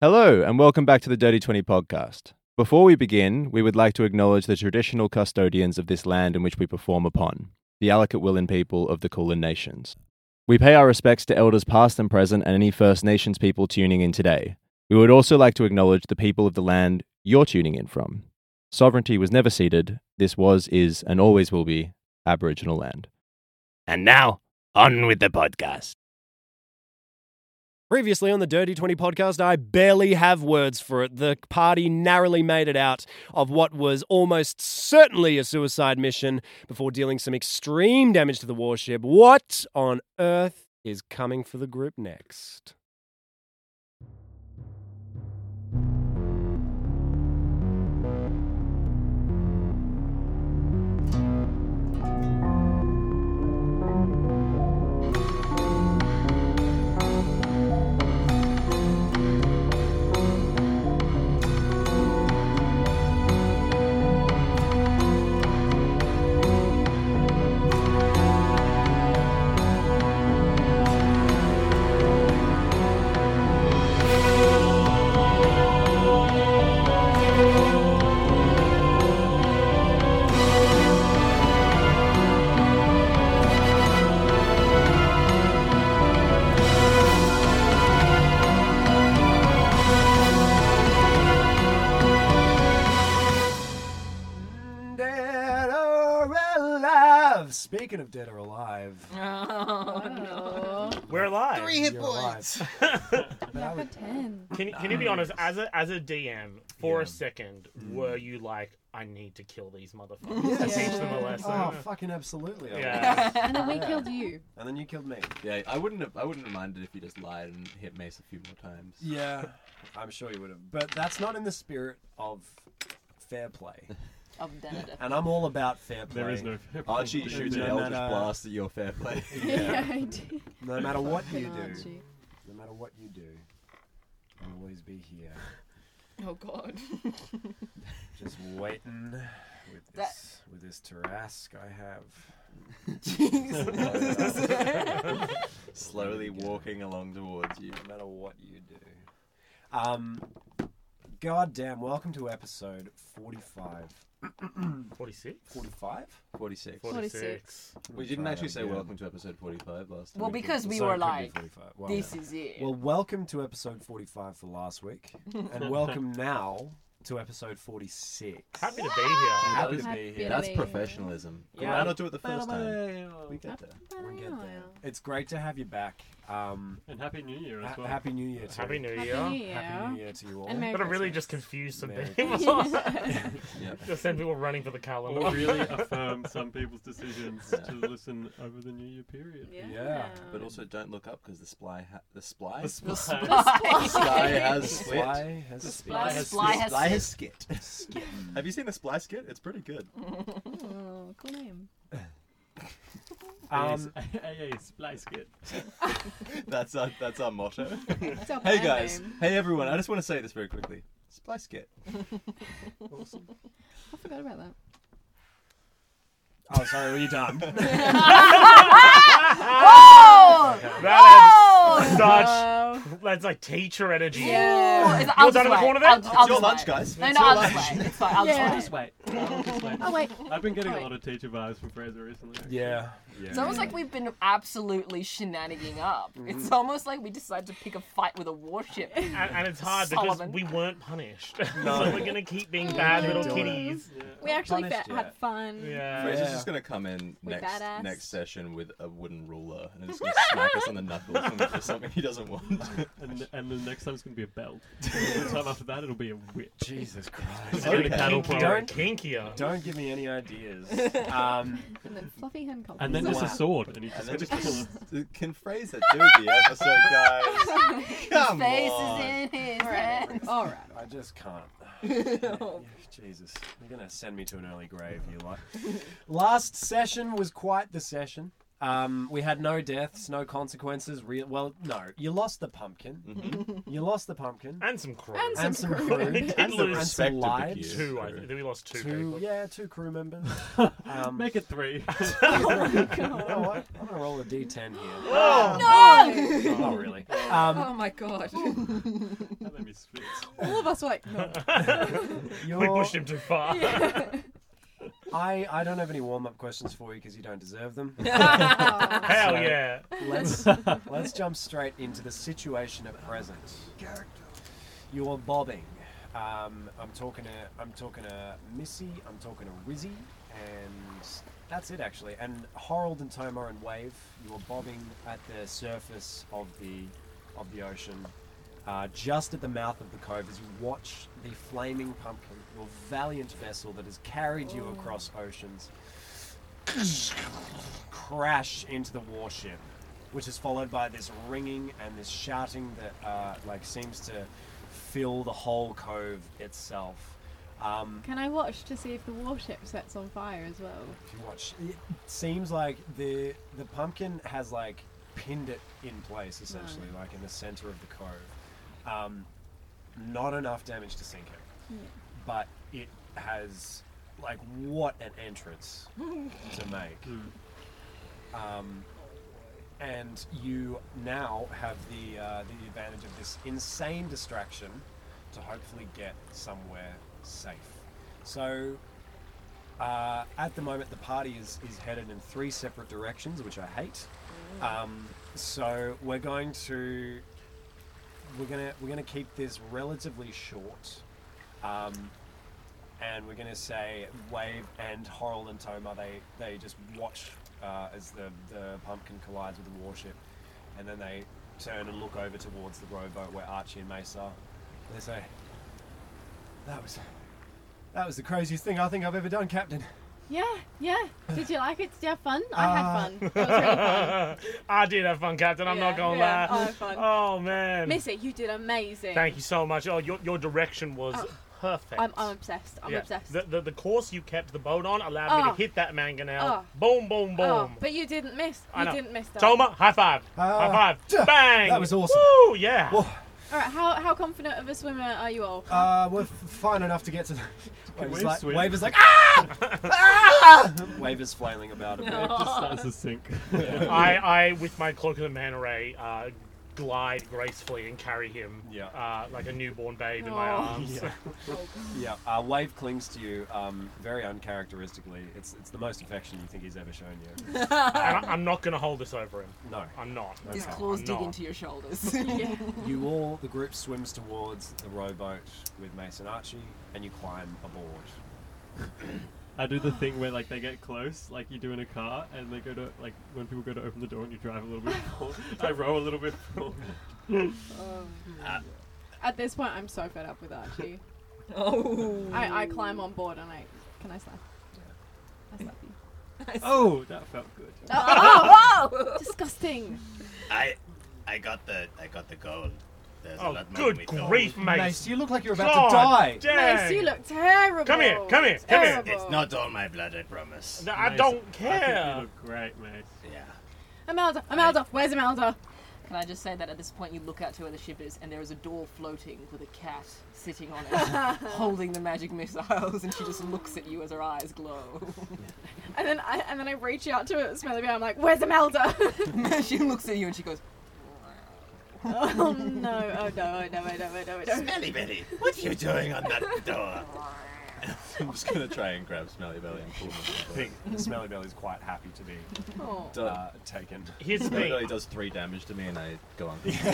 Hello, and welcome back to the Dirty 20 podcast. Before we begin, we would like to acknowledge the traditional custodians of this land in which we perform upon, the Allakatwilin people of the Kulin Nations. We pay our respects to elders past and present and any First Nations people tuning in today. We would also like to acknowledge the people of the land you're tuning in from. Sovereignty was never ceded. This was, is, and always will be Aboriginal land. And now, on with the podcast. Previously on the Dirty 20 podcast, I barely have words for it. The party narrowly made it out of what was almost certainly a suicide mission before dealing some extreme damage to the warship. What on earth is coming for the group next? Dead or alive? Speaking of dead or alive, Oh, We're alive. Three hit points. no. 10. Can you, can you be honest? As a as a DM, for a second, Mm. were you like, I need to kill these motherfuckers to Yes. teach them a lesson? Oh, fucking absolutely. I Yeah. was. And then we killed you. And then you killed me. Yeah, I wouldn't have. I wouldn't have minded if you just lied and hit Mace a few more times. Yeah. I'm sure you would have. But that's not in the spirit of fair play. Of Dada. And I'm all about fair play. There is no fair play. Archie shoots an no Eldritch matter- blast at your fair play. Yeah, I did. No matter what you do, Archie. no matter what you do, I'll always be here, Oh, God. just waiting with That- this with this Tarrasque I have. Slowly walking along towards you. No matter what you do, um, goddamn! Welcome to episode 45. 46? 45? 46. 46. We didn't actually say Yeah. welcome to episode 45 last well, time. because we So were it could be like, 45. Well, this yeah. is it. Well, welcome to episode 45 for last week, and welcome now to episode 46. Happy to be here. Happy to Happy be here. to That's be here. professionalism. Yeah. Why not do it the first time? We get there. We get there. It's great to have you back. Um, And Happy New Year as ha- well. happy New Year to Happy New Year. Happy New Happy Year. New Year to you all. And Merry But I'm really Christmas. just confused some Merry people. Yeah. just send people running for the calendar. or really affirm some people's decisions to listen over the New Year period. Yeah, But also don't look up because the sply ha- the sply The spy- sky has split. Sply has split. Sply has Sply has Sply has skit. Skip. Have you seen the sply skit? It's pretty good. Oh, cool name. Um, Hey, hey, hey, Splice Kid. That's our that's our motto. It's our hey band guys, name. hey everyone. I just want to say this very quickly. Splice kit. I forgot about that. oh, sorry, were you done? That Oh! is such. That's like teacher energy. Yeah. It's, You're done in the corner there? I'll, I'll It's your just lunch, wait. guys. No, It's no, your I'll just lunch. wait. It's fine. I'll I'll just just wait. wait. I'll just wait. Oh, wait. I've been getting Wait. a lot of teacher vibes from Fraser recently. actually. yeah. It's almost like we've been absolutely shenaniging up. Mm-hmm. It's almost like we decided to pick a fight with a warship. And, and it's hard Sullivan. because we weren't punished. so we're going to keep being bad little Don't. kitties. We actually punished fa- yet. had fun. Yeah. Fraser's Yeah. just gonna come in Mm. We're next badass. next session with a wooden ruler and just gonna smack us on the knuckles when- for something he doesn't want. And, and the next time's going to be a belt. the time after that, it'll be a whip. Jesus Christ. Okay. Kinkier. Don't- Kinkier. Don't give me any ideas. Um, And then fluffy handcuffs. And then just a Wow. sword. And he's And just going then to just kill us. just- can Fraser do the episode, guys? Come Face is on. in his hands. All right. I just can't. Jesus. You're going to send me to an early grave, you lot. Last session was quite the session. Um, we had no deaths, no consequences. Real, well, no, you lost the pumpkin. You lost the pumpkin and some crew. Mm-hmm. And and some some crew. crew We and did some, lose and respect some of the lives. gear. two, I think. We lost two. Two, people. yeah, two crew members. Um, Make it three. you know what? I'm gonna roll a d10 here. Oh, No! Not really. Um, Oh my god. Let me spit. All of us were like, no. we you're, pushed him too far. I, I don't have any warm up questions for you because you don't deserve them. Hell So- yeah! let's let's jump straight into the situation at present. You are bobbing. Um, I'm talking to I'm talking to Missy. I'm talking to Rizzy, and that's it actually. And Horold and Toma and Wave, you are bobbing at the surface of the of the ocean, uh, just at the mouth of the cove. As you watch the flaming pumpkin, your valiant vessel that has carried you across oceans, crash into the warship, which is followed by this ringing and this shouting that uh, like seems to fill the whole cove itself. Um, Can I watch to see if the warship sets on fire as well? if you watch, it seems like the the pumpkin has like pinned it in place essentially, like in the center of the cove. Um, not enough damage to sink it, but it has like what an entrance to make. Um, and you now have the uh, the advantage of this insane distraction to hopefully get somewhere safe. So. Uh, at the moment, the party is, is headed in three separate directions, which I hate. Um, so we're going to we're gonna we're gonna keep this relatively short, um, and we're gonna say Wave and Horold and Toma they they just watch uh, as the the pumpkin collides with the warship, and then they turn and look over towards the rowboat where Archie and Mace are. And they say, "That was." That was the craziest thing I think I've ever done, Captain. Yeah, yeah. Did you like it? Did you have fun? I had Uh, fun. It was really fun. I did have fun, Captain. I'm Yeah, not gonna yeah, I lie. had fun. Oh man, Missy, you did amazing. thank you so much. Oh, your, your direction was perfect. Oh, I'm, I'm obsessed. I'm Yeah. obsessed. The, the the course you kept the boat on allowed me Oh. to hit that mangonel. Oh. Boom, boom, boom. Oh, but you didn't miss. I You know. didn't miss that. Toma, high five. Ah, high duh. five. Bang. That was awesome. Woo, yeah. Whoa. All right, how, how confident of a swimmer are you all? Uh, we're f- fine enough to get to the. Waver's we like, swim? Waver's like, ah! ah! Waver's flailing about a bit. It just starts to sink. I, I, with my cloak of the manta ray, uh, glide gracefully and carry him Yeah. uh, like a newborn babe in my Oh. arms. Yeah, uh, Wave clings to you um, very uncharacteristically. It's it's the most affection you think he's ever shown you. and I, I'm not going to hold this over him. No. I'm not. His Okay, claws I'm dig not. into your shoulders. yeah. You all, the group swims towards the rowboat with Mason Archie, and you climb aboard. I do the thing where like they get close, like you do in a car, and they go to like when people go to open the door and you drive a little bit. forward, I row a little bit. forward. At this point, I'm so fed up with Archie. oh. I, I climb on board and I can I slap. I slap you. Oh, that felt good. Oh, oh, disgusting. I I got the I got the gold. There's a Oh, lot more than good we thought. grief, mate. Mace, you look like you're about God to die. dang. Mace, you look terrible. Come here, come here, come here. Terrible. It's not all my blood, I promise. No, I Mace, don't I think care. you look great, mate. Yeah. Imelda, Imelda, where's Imelda? Can I just say that at this point you look out to where the ship is and there is a door floating with a cat sitting on it, holding the magic missiles, and she just looks at you as her eyes glow. And then I and then I reach out to it, smell the beer. I'm like, where's Imelda? she looks at you and she goes, oh no! Oh no! Oh no! Oh no! Oh no! Oh no! Smelly Betty, what are you doing on that door? I'm just gonna try and grab Smelly Belly and pull him off the boat. Big Smelly Belly's quite happy to be Oh. uh, taken. Here's the Smelly Belly thing. does three damage to me and I go unconscious.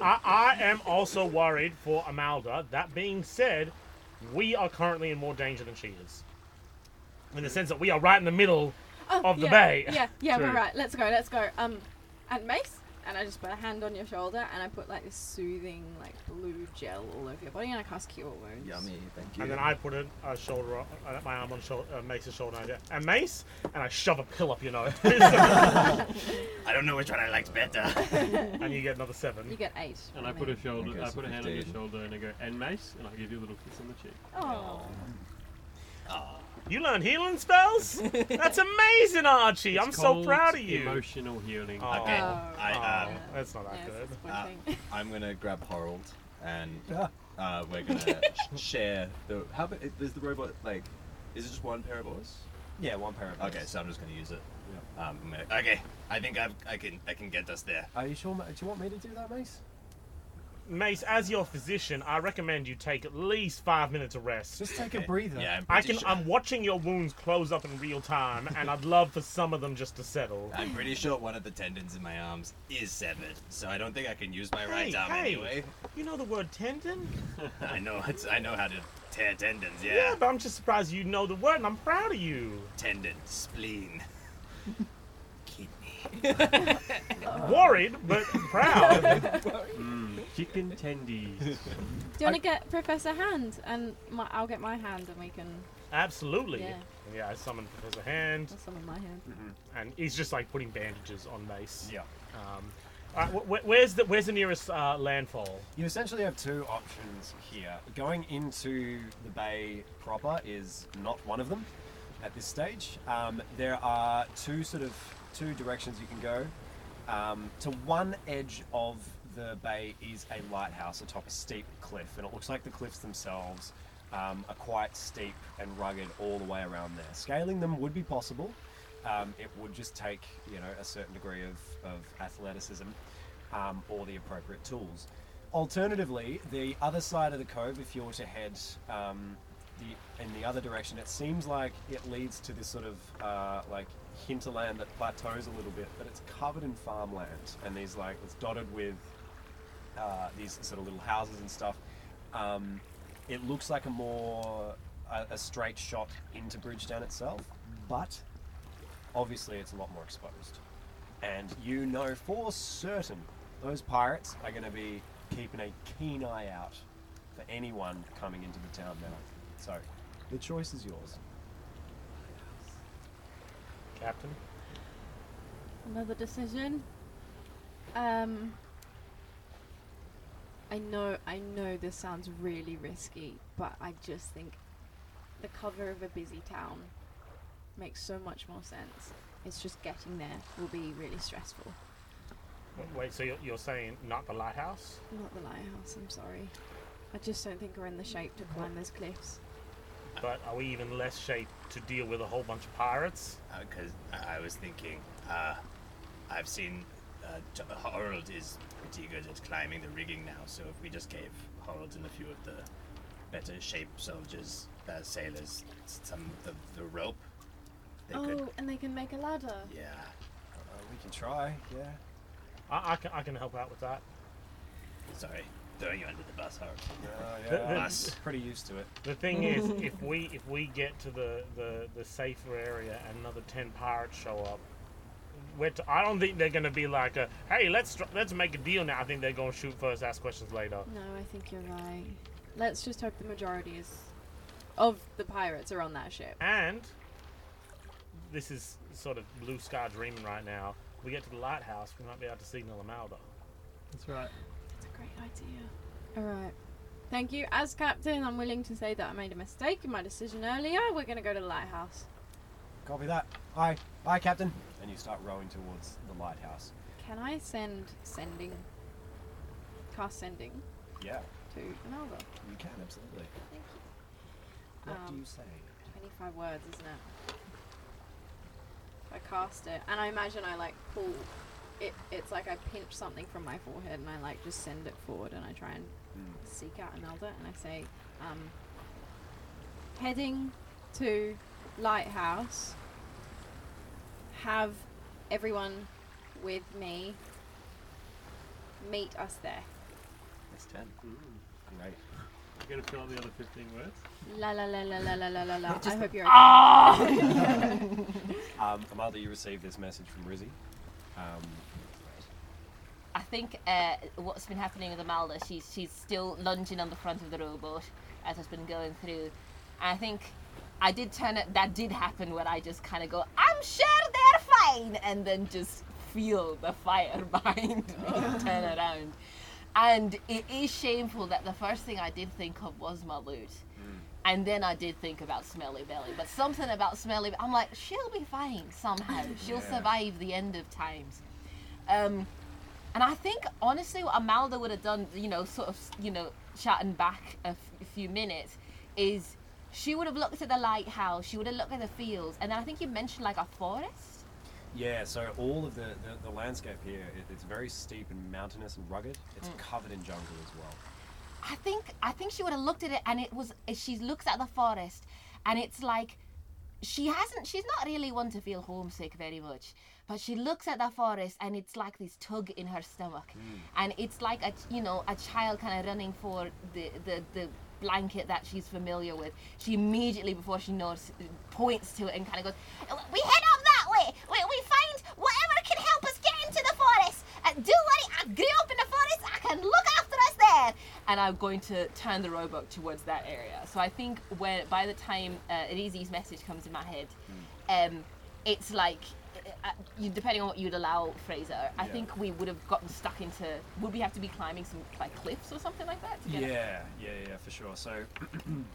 I, I am also worried for Amalda. That being said, we are currently in more danger than she is. In the sense that we are right in the middle Oh, of the yeah, bay. Yeah, yeah, we're True. right. Let's go, let's go. Um, and Mace, and I just put a hand on your shoulder, and I put like this soothing, like blue gel all over your body, and I cast Cure Wounds. Yummy, thank you. And then I put a, a shoulder, on- uh, my arm on shoulder, uh, Mace's shoulder, and I go, "And Mace, and I shove a pill up your nose, and I don't know which one I liked better. you get another seven. You get eight. And I put a shoulder, Okay, I so put a hand on your 15. shoulder, and I go, "And Mace," and I give you a little kiss on the cheek. Oh. You learn healing spells? That's amazing, Archie. I'm It's so called proud of you. Emotional healing. Oh. Okay, Oh. I, um, Oh, that's not that Yes, good. it's Uh, working. I'm gonna grab Harold and Yeah. uh, we're gonna sh- share the. How big is the robot like? Is it just one pair of oars? Yeah, one pair of Okay, eyes. so I'm just gonna use it. Um, I'm gonna- okay, I think I've, I can I can get us there. Are you sure? Ma- Do you want me to do that, Mace? Mace, as your physician, I recommend you take at least five minutes of rest. Just take Okay. a breather. Yeah, I'm I pretty can. Sure, I'm watching your wounds close up in real time, and I'd love for some of them just to settle. I'm pretty sure one of the tendons in my arms is severed, so I don't think I can use my right Hey, arm hey. anyway. You know the word tendon? I know it's, I know how to tear tendons. Yeah, Yeah, but I'm just surprised you know the word, and I'm proud of you. tendon, spleen, kidney. Worried, but proud. Mm, Chicken tendies. Do you want to get Professor Hand? And my, I'll get my hand and we can. Absolutely. Yeah. Yeah, I summoned Professor Hand, That's some of my hand. Mm-hmm. and he's just like putting bandages on Mace. Yeah. Um, all right, wh- wh- where's the Where's the nearest uh, landfall? You essentially have two options here. Going into the bay proper is not one of them at this stage. Um, there are two sort of two directions you can go. Um, to one edge of the bay is a lighthouse atop a steep cliff, and it looks like the cliffs themselves um, are quite steep and rugged all the way around there. Scaling them would be possible. Um, it would just take you know a certain degree of, of athleticism um, or the appropriate tools. Alternatively, the other side of the cove, if you were to head um, the, in the other direction, it seems like it leads to this sort of uh, like hinterland that plateaus a little bit, but it's covered in farmland and these like it's dotted with uh, these sort of little houses and stuff. Um, it looks like a more a, a straight shot into Bridgetown itself, but obviously it's a lot more exposed. And you know for certain those pirates are going to be keeping a keen eye out for anyone coming into the town now. So the choice is yours. Captain. Another decision. Um. I know, I know this sounds really risky, but I just think the cover of a busy town makes so much more sense. It's just getting there will be really stressful. W- Wait, so you're, you're saying not the lighthouse? Not the lighthouse, I'm sorry. I just don't think we're in the shape to climb those cliffs. But are we even less shaped to deal with a whole bunch of pirates? Because Oh, I I was thinking, uh, I've seen uh, J- Harold is pretty good at climbing the rigging now, so if we just gave Harold and a few of the better shaped soldiers, uh, sailors, s- some of the, the rope, they oh, could. and they can make a ladder. Yeah. Uh, we can try, yeah. I, I can I can help out with that. Sorry, throwing you under the bus, Harold. Uh, The- yeah, the- I'm pretty used to it. The thing is, if we if we get to the, the, the safer area and another ten pirates show up, we're t- I don't think they're gonna be like, a, "Hey, let's tr- let's make a deal now." I think they're gonna shoot first, ask questions later. No, I think you're right. Let's just hope the majority is of the pirates are on that ship. And this is sort of blue sky dreaming right now. We get to the lighthouse, we might be able to signal Amalda. That's right. That's a great idea. All right. Thank you. As captain, I'm willing to say that I made a mistake in my decision earlier. We're going to go to the lighthouse. Copy that. Aye, aye, Captain. And you start rowing towards the lighthouse. Can I send sending? Cast sending Yeah, to Amalda. you can absolutely. Thank you. What do Um, you say? 25 words, isn't it? I cast it, and I imagine I like pull it. It's like I pinch something from my forehead, and I like just send it forward, and I try and seek out Imelda, and I say, um, heading to lighthouse. Have everyone with me. Meet us there. That's 10. Great. You're gonna fill out the other 15 words. La la la la la la la la la. I hope you're. Um, Amanda, you received this message from Rizzy. Um, I think uh, what's been happening with Amalda, she's she's still lunging on the front of the robot as it's been going through. And I think I did turn it. That did happen where I just kind of go, "I'm sure they're fine," and then just feel the fire behind me and turn around. And it is shameful that the first thing I did think of was my loot. And then I did think about Smelly Belly, but something about Smelly I'm like, she'll be fine somehow. She'll Yeah. survive the end of times. Um, and I think honestly, what Amalda would have done, you know, sort of, you know, chatting back a f- a few minutes, is she would have looked at the lighthouse, she would have looked at the fields, and then I think you mentioned like a forest. Yeah, so all of the, the, the landscape here, it, it's very steep and mountainous and rugged. It's Mm. covered in jungle as well. I think I think she would have looked at it and it was she looks at the forest and it's like she hasn't she's not really one to feel homesick very much but she looks at the forest and it's like this tug in her stomach and it's like a you know a child kind of running for the, the the blanket that she's familiar with she immediately before she knows points to it and kind of goes we head up that way we, we find whatever can help us get into the forest uh, do what I grew up in the forest I can look after us there and I'm going to turn the rowboat towards that area. So I think when by the time uh, Rizzi's message comes in my head, Mm. um, it's like uh, you, depending on what you'd allow Fraser, I Yeah. think we would have gotten stuck into. Would we have to be climbing some like cliffs or something like that? To get up? Yeah, yeah, yeah, for sure. So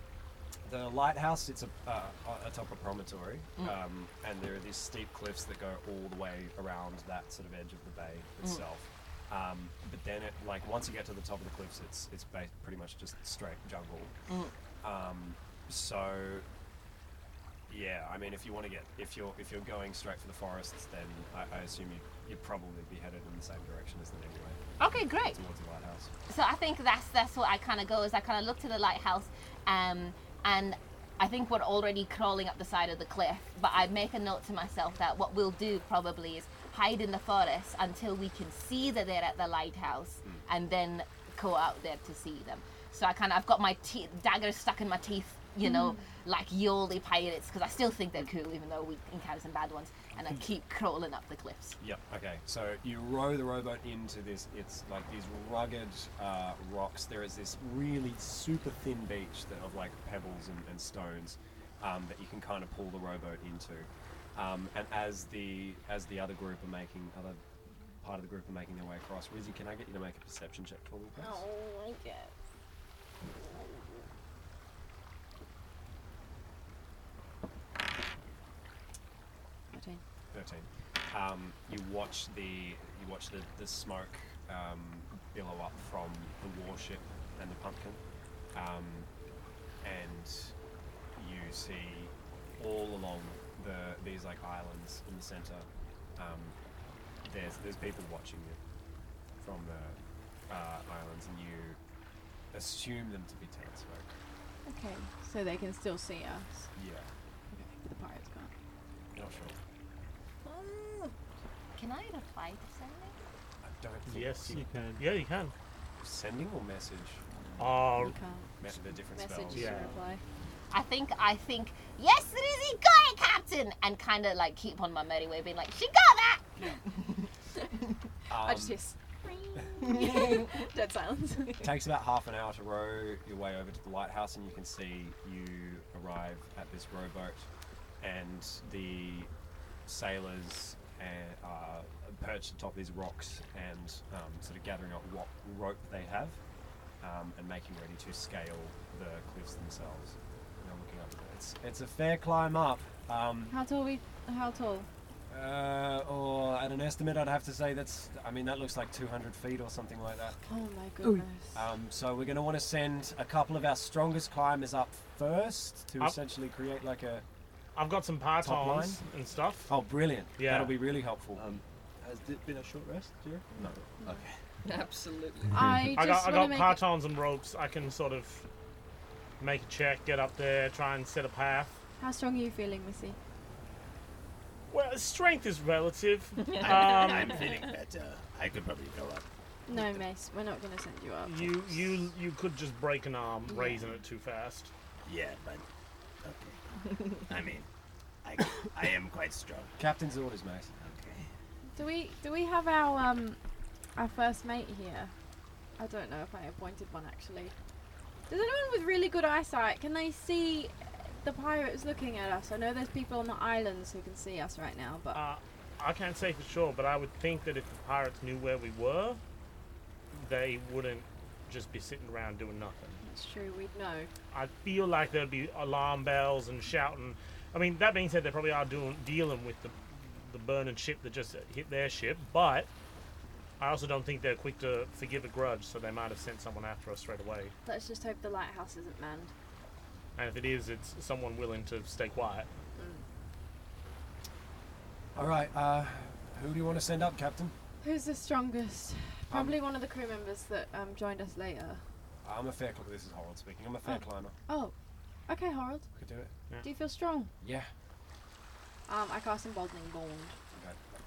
the lighthouse sits a- uh, a- atop a promontory, Mm. um, and there are these steep cliffs that go all the way around that sort of edge of the bay Mm. itself. Um, but then, it, like once you get to the top of the cliffs, it's it's ba- pretty much just straight jungle. Um, so yeah, I mean, if you want to get if you're if you're going straight for the forests, then I, I assume you you'd probably be headed in the same direction as them anyway, Okay, great. towards the lighthouse. so I think that's that's what I kind of go is I kind of look to the lighthouse, um, and I think we're already crawling up the side of the cliff. But I make a note to myself that what we'll do probably is hide in the forest until we can see that they're at the lighthouse, and then go out there to see them. So I kind of I've got my te- dagger stuck in my teeth, you know, like Yoli pirates because I still think they're cool even though we encounter some bad ones, and I keep crawling up the cliffs. Yep. Okay. So you row the rowboat into this. It's like these rugged uh, rocks. There is this really super thin beach that of like pebbles and, and stones um, that you can kind of pull the rowboat into. Um, and as the as the other group are making other part of the group are making their way across, Rizzy, can I get you to make a perception check for me, please? Oh, I guess. Fourteen. Thirteen. Um, you watch the you watch the, the smoke um, billow up from the warship and the pumpkin, um, and you see all along the these like islands in the center. Um, there's there's people watching it from the uh, islands, and you assume them to be talent smoke. Okay, so they can still see us. Yeah, Okay, but the pirates can't. not sure. Can I reply to something? I don't think Yes, you You can. Yeah, you can. sending or message. Uh, You can't. Mess the different Message spells. yeah. Yeah. reply. I think I think yes, Lizzie got it, Captain, and kind of like keep on my merry way, being like, she got that. Um, I just hear s- dead silence. It takes about half an hour to row your way over to the lighthouse, and you can see you arrive at this rowboat, and the sailors uh, are perched atop these rocks and um, sort of gathering up what rope they have um, and making ready to scale the cliffs themselves. And they're looking up. It's it's a fair climb up. Um, how tall we? How tall? uh, or at an estimate, I'd have to say that's. I mean, that looks like 200 feet or something like that. Oh my goodness. Um, so we're going to want to send a couple of our strongest climbers up first to Up. essentially create like a. I've got some pythons and stuff. Oh, brilliant! Yeah. that'll be really helpful. Um, has it been a short rest, Jerry? no, Absolutely. I I just got I want to got make. pythons and ropes. I can sort of make a check, get up there, try and set a path. How strong are you feeling, Missy? Well, strength is relative. I'm, um, I'm feeling better. I could probably go up. No, Mace. We're not going to send you up. You you you could just break an arm raising it too fast. Yeah, but okay. I mean, I, I am quite strong. captain's orders, mate. Okay. Do we? Do we have our um, our first mate here? I don't know if I appointed one actually. Does anyone with really good eyesight can they see the pirates looking at us? I know there's people on the islands who can see us right now, but Uh, I can't say for sure, but I would think that if the pirates knew where we were, they wouldn't just be sitting around doing nothing. That's true. We'd know. I feel like there'd be alarm bells and shouting. I mean, that being said, they probably are doing dealing with the the burning ship that just hit their ship, but I also don't think they're quick to forgive a grudge, so they might have sent someone after us straight away. Let's just hope the lighthouse isn't manned. And if it is, it's someone willing to stay quiet. Mm. All right. Uh, who do you want to send up, Captain? Who's the strongest? Probably one of the crew members that um, joined us later. I'm a fair climber. This is Harold speaking. I'm a fair Oh. climber. Oh, okay, Harold. Could do it. Do you feel strong? Yeah. Um, I cast emboldening bond.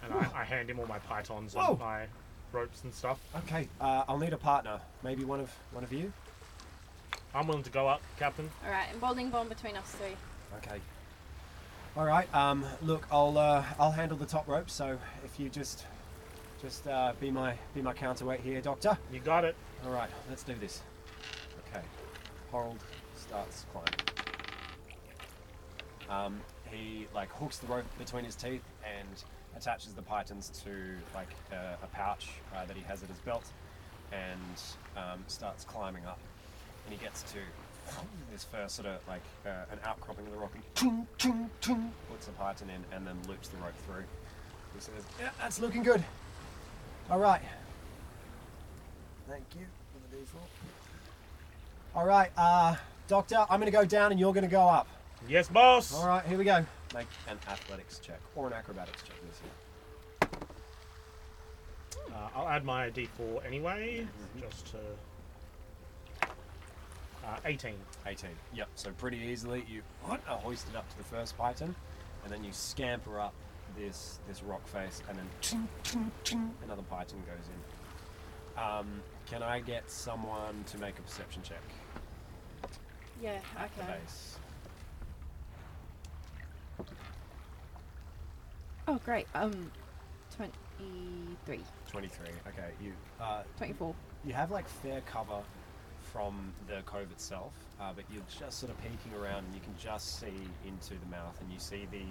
And I, I hand him all my pythons Whoa. and my uh, ropes and stuff. Okay. Uh, I'll need a partner. Maybe one of one of you. I'm willing to go up, Captain. All right, emboldening bond between us three. Okay. All right. Um, look, I'll uh, I'll handle the top rope. So if you just just uh, be my be my counterweight here, Doctor. You got it. All right. Let's do this. Okay. Harold starts climbing. Um, he like hooks the rope between his teeth and attaches the pythons to like a, a pouch uh, that he has at his belt, and um, starts climbing up. And he gets to his first sort of like uh, an outcropping of the rock and tung, tung, tung, puts the python in and then loops the rope through. He says, "Yeah, that's looking good. All right. Thank you for the default. All right, uh, Doctor, I'm going to go down and you're going to go up. Yes, boss. All right, here we go. Make an athletics check or an acrobatics check this year. Uh, I'll add my D4 anyway, just to. Uh, 18. 18. Yep. So pretty easily you what, are hoisted up to the first python, and then you scamper up this this rock face, and then ting, ting, ting, another python goes in. Um, can I get someone to make a perception check? Yeah, at the okay. base? Oh, great. Um, 23, 23. Okay. You uh, 24. you have like fair cover from the cove itself, uh, but you're just sort of peeking around and you can just see into the mouth, and you see the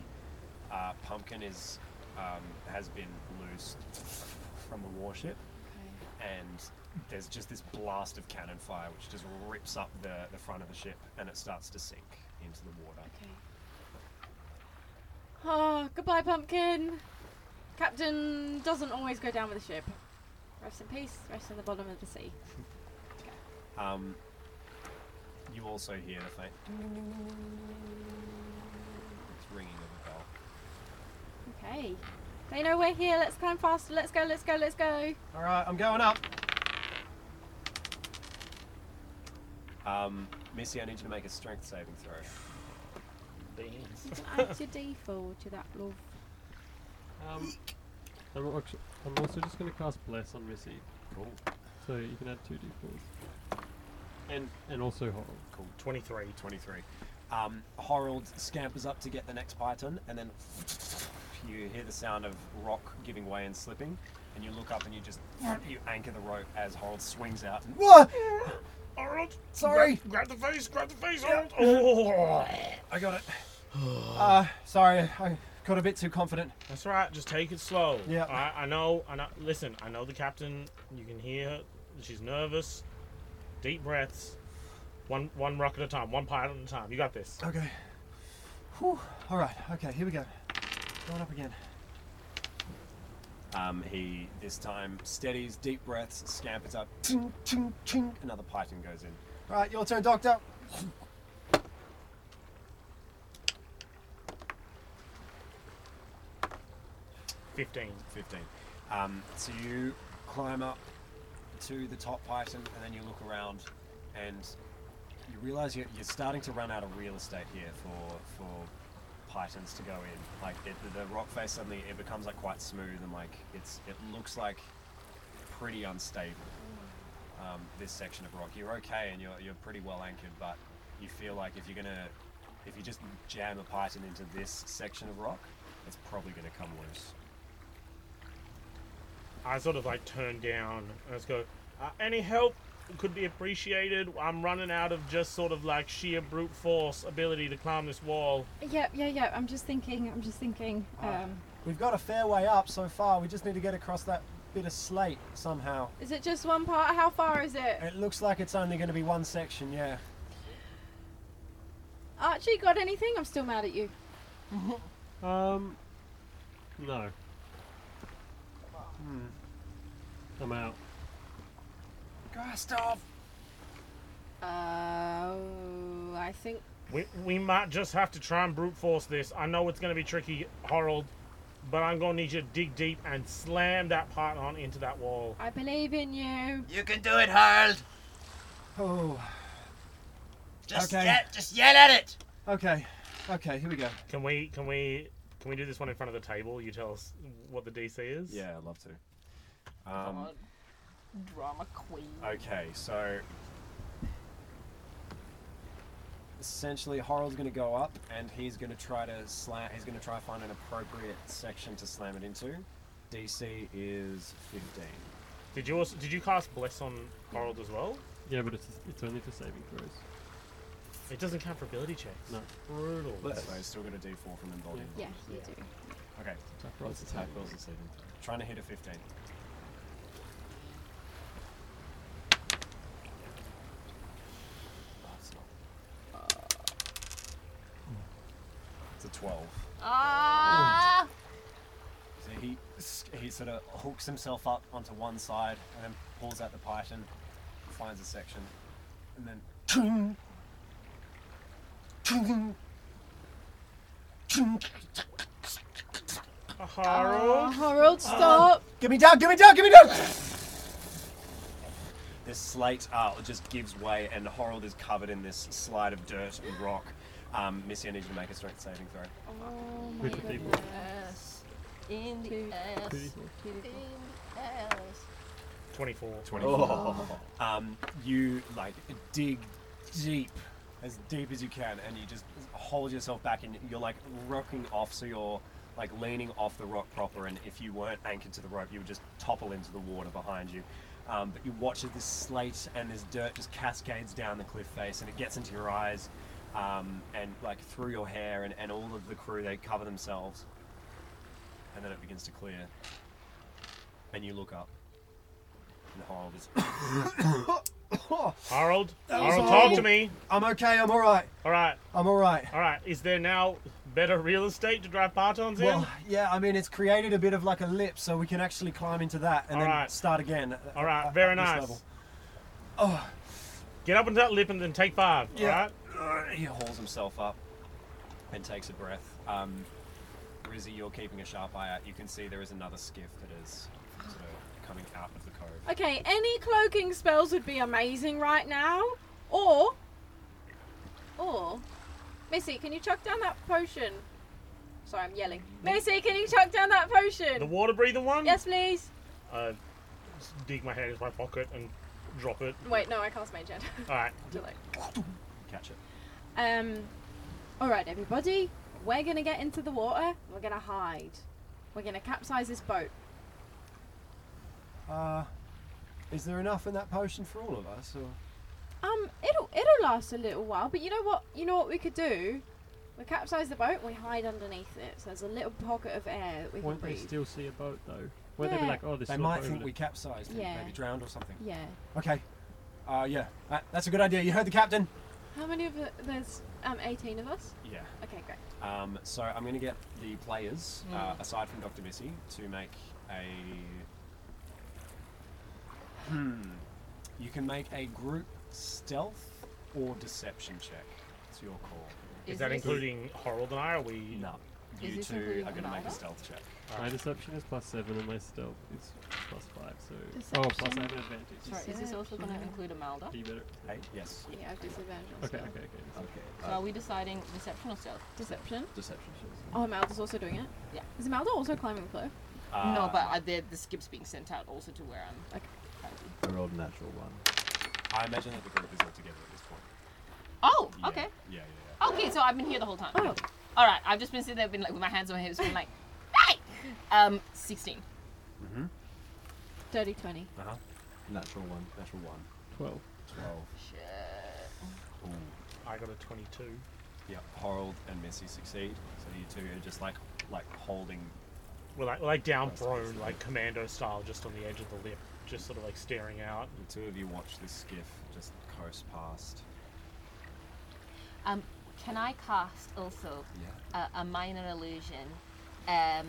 uh, pumpkin is um, has been loosed from the warship, and there's just this blast of cannon fire which just rips up the, the front of the ship and it starts to sink into the water. Okay. Oh, goodbye, pumpkin. Captain doesn't always go down with the ship. Rest in peace. Rest in the bottom of the sea. Um, you also hear the faint Mm. it's ringing of a bell. Okay. They know we're here. Let's climb faster. Let's go. Let's go. Let's go. All right, I'm going up. Um, Missy, I need you to make a strength saving throw. Beans. You can add your D4 to that love. Um, I'm, actu- I'm also just going to cast Bless on Missy. Cool, So you can add two d4s. And and also Horror. cool. 23. 23. Um, Horold scampers up to get the next python, and then you hear the sound of rock giving way and slipping, and you look up and you just you anchor the rope as Horold swings out. And, Whoa! Arnold! Sorry. Grab, grab the face, grab the face, Arnold! Oh! I got it. Uh, sorry, I got a bit too confident. That's right, just take it slow. Yeah. I, I know, I know. Listen, I know the captain, you can hear her. She's nervous. Deep breaths. One one rock at a time, one pilot at a time. You got this. Okay. Whew. All right. Okay. Here we go. Going up again. Um, he this time steadies, deep breaths, scampers up. Ting, ting, ting. Another python goes in. All right, your turn, Doctor. Fifteen. Fifteen. Um, so you climb up to the top python, and then you look around, and you realise you're, you're starting to run out of real estate here for for pythons to go in. Like it, the rock face suddenly it becomes like quite smooth and like it's it looks like pretty unstable. Um, this section of rock, you're okay and you're you're pretty well anchored, but you feel like if you're gonna if you just jam a python into this section of rock, it's probably gonna come loose. I sort of like turn down and just go, uh, any help could be appreciated. I'm running out of just sort of like sheer brute force ability to climb this wall. Yeah, yeah, yeah. I'm just thinking. I'm just thinking. Ah. Um, We've got a fair way up so far. We just need to get across that bit of slate somehow. Is it just one part? How far is it? It looks like it's only going to be one section, yeah. Archie, got anything? I'm still mad at you. Um, no. Hmm. I'm out. Gustav! Uh, Oh, I think. We, we might just have to try and brute force this. I know it's going to be tricky, Harold, but I'm going to need you to dig deep and slam that part on into that wall. I believe in you. You can do it, Harold. Oh, Just Okay. yell, just yell at it. okay. Okay, here we go. Can we can we can we do this one in front of the table? You tell us what the DC is. Yeah, I'd love to. Come Um, on. Drama queen. okay, so. Essentially, Horrell's going to go up and he's going to try to slam. He's going to try to find an appropriate section to slam it into. DC is 15. Did you also did you cast bless on Harold as well? Yeah, but it's it's only for saving throws. It doesn't count for ability checks. No. Brutal. So he's still got a D4 from involving. Yeah, you Yeah. do. Okay. Attack rolls are Attack saving rolls throws. and saving throw. Trying to hit a 15. Oh, it's not. It's a 12. Ah! So he he sort of hooks himself up onto one side and then pulls out the python, finds a section, and then. Chung, chung, chung. Harold. Oh, Harold, stop! Get me down, get me down, get me down! This slate uh, just gives way, and Horold is covered in this slide of dirt and rock. Um, Missy, I need you to make a strength saving throw. Oh my With the people. goodness. Yes. In the Two. ass. Pretty In cool. the ass. Twenty-four. 24. Um, you, like, dig deep, as deep as you can, and you just hold yourself back, and you're, like, rocking off, so you're, like, leaning off the rock proper, and if you weren't anchored to the rope, you would just topple into the water behind you. Um, but you watch as this slate and this dirt just cascades down the cliff face, and it gets into your eyes, um, and, like, through your hair, and, and all of the crew, they cover themselves, and then it begins to clear. And you look up, and Harold is. Harold. was Harold, horrible. talk to me. I'm okay. I'm all right. All right. I'm all right. All right. Is there now better real estate to drive partons in? Well, yeah. I mean, it's created a bit of like a lip, so we can actually climb into that and All then right. start again. All right, at- very at this nice. level. Get up into that lip and then take five. All Yeah. right. He hauls himself up and takes a breath. Um, Rizzy, you're keeping a sharp eye out. You can see there is another skiff that is sort of coming out of the cove. Okay, any cloaking spells would be amazing right now. Or. Or. Missy, can you chuck down that potion? Sorry, I'm yelling. Missy, can you chuck down that The potion? water breather one. Yes, please. Uh, s- dig my hand into my pocket and drop it. Wait, no, I cast Mage Hand. All right. Too late. Catch it. Um, all right, everybody, we're gonna get into the water. We're gonna hide. We're gonna capsize this boat. Uh, is there enough in that potion for all of us? Or? Um, it'll it'll last a little while, but you know what? You know what we could do? We capsize the boat and we hide underneath it. So there's a little pocket of air that we can Won't they breathe. still see a boat though? Won't they Yeah. be like, oh, this They little might boat think over we capsized, and Yeah. maybe drowned or something. yeah. Okay. Uh, yeah, Uh, that's a good idea. You heard the captain. How many of the, there's um 18 of us? Yeah. Okay, great. Um, so I'm going to get the players, Mm. uh, aside from Dr. Missy, to make a. Hmm. You can make a group stealth or deception check. It's your call. Is, that this- including Harold and I? Or are we? No. Is You this two including are going to make Amara? a stealth check. there? My deception is plus seven and my stealth is plus five, so oh, plus I Deception. have an advantage. Sorry, is this also going to include Amalda? Do you better? Eight? Yes. Yeah, I've disadvantage. on Okay, okay, stealth. okay. Okay. So are we deciding deception or stealth? Deception. Deception shows. Oh, Imelda's also doing it. Yeah. Is Imelda also climbing the cliff? Uh, no, but are there, the skip's being sent out also to where I'm. Okay. I rolled a natural one. I imagine that the group is all together at this point. Oh, Yeah. okay. Yeah, yeah, yeah. Okay, so I've been here the whole time. Oh. All right, I've just been sitting there, been like with my hands on my hips, been like, hey, um, sixteen. Dirty 20. Uh-huh. Natural one. Natural one. Twelve. 12. I got a twenty-two. Yeah, Harold and Missy succeed. So you two are just like like holding We're like, we're like down prone, like commando style, just on the edge of the lip, just sort of like staring out. The two of you watch this skiff just coast past. Um, can I cast also Yeah. a, a minor illusion? Um,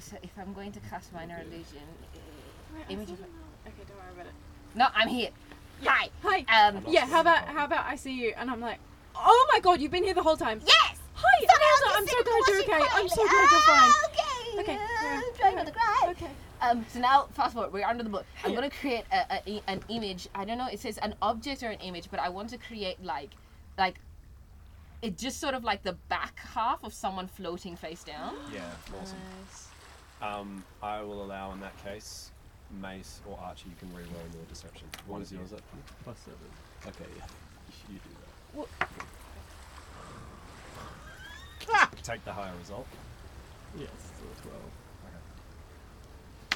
so if I'm going to cast minor illusion, Wait, I image thought of about- Okay, don't worry about it. no, I'm here. Hi. Hi. Um, yeah. How about how about I see you and I'm like, oh my god, you've been here the whole time. yes. Hi, Amanda. I'm so glad you're okay. I'm so glad you're fine. you're Ah, Okay, Okay. yeah, I'm trying not to cry. Okay. Um, so now, fast forward, we're under the book. I'm going to create a, a, i- an image. I don't know, it says an object or an image, but I want to create like, like, it just sort of like the back half of someone floating face down. Yeah, awesome. Nice. Um, I will allow in that case, Mace or Archie, you can reroll your deception. What One is of you. yours? Up? Plus seven. Okay, yeah. You do that. Take the higher result. Yes, so twelve.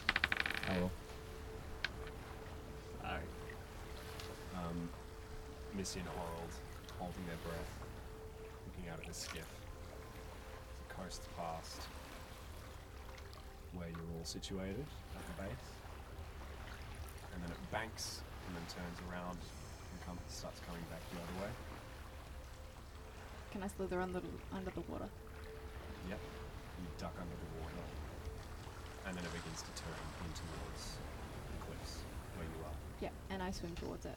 Okay. I will. All right. Um, Missy and Harold holding their breath, looking out at the skiff. The coast past where you're all situated at the base. And then it banks and then turns around and come, starts coming back the other way. Can I slither under the, under the water? Yep. You duck under the water. And then it begins to turn in towards the cliffs where you are. Yeah. And I swim towards it.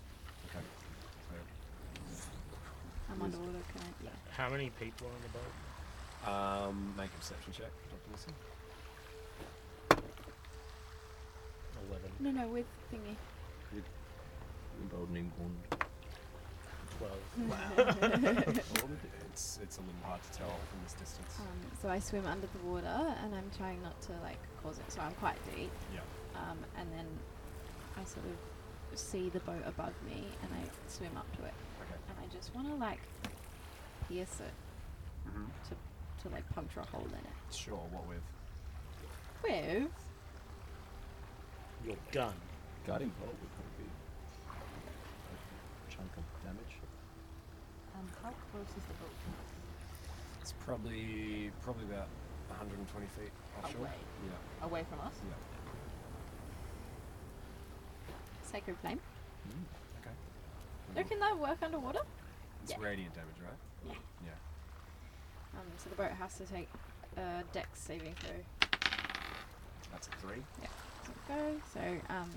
Okay. I'm underwater. Can I? Yeah. How many people are in the boat? So, um, make a perception check, Dr. Wilson. Eleven, No, no, with thingy. twelve. It's it's a little hard to tell from this distance. Um, so I swim under the water and I'm trying not to like cause it. So I'm quite deep. Yeah. Um, and then I sort of see the boat above me and I swim up to it Okay. and I just want to like pierce it Mhm. to to like puncture a hole in it. Sure. What with? Well, Your gun. Guiding bolt would probably Oh, be a chunk of damage. Um, how close is the boat? It's probably probably about 120 feet offshore. Away. Yeah. Away from us? Yeah. sacred flame. Hmm, Okay. No, can that work underwater? It's Yeah. radiant damage, right? Yeah. Yeah. Um, so the boat has to take a dex saving throw. That's a three. So go. So um,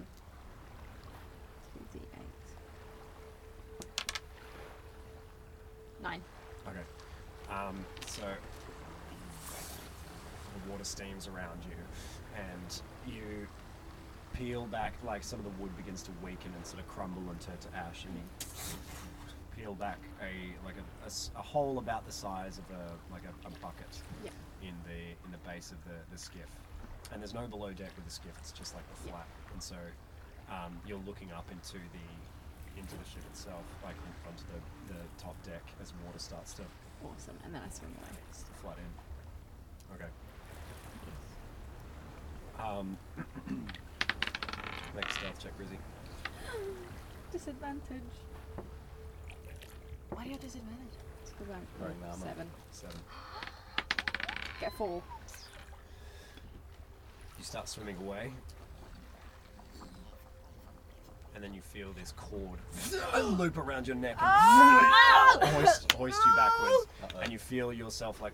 two d eight. Nine. Okay. Um, so the water steams around you, and you peel back. Like some of the wood begins to weaken and sort of crumble and turn to ash, and you peel back a like a- a, s- a hole about the size of a like a, a bucket Yeah. in the in the base of the, the skiff. And there's no below deck with the skiff. It's just like the Yeah. flat. And so um, you're looking up into the into the ship itself, like in- onto the, the top deck as water starts to Awesome. And then I swim away. it's the flood in. Okay. Um, make a stealth check, Rizzy. Disadvantage. Why are you at disadvantage? It's 'cause I'm Right, now I'm up. seven. Seven. Get four. You start swimming away, and then you feel this cord loop around your neck Ah! and hoist, hoist you backwards, and you feel yourself like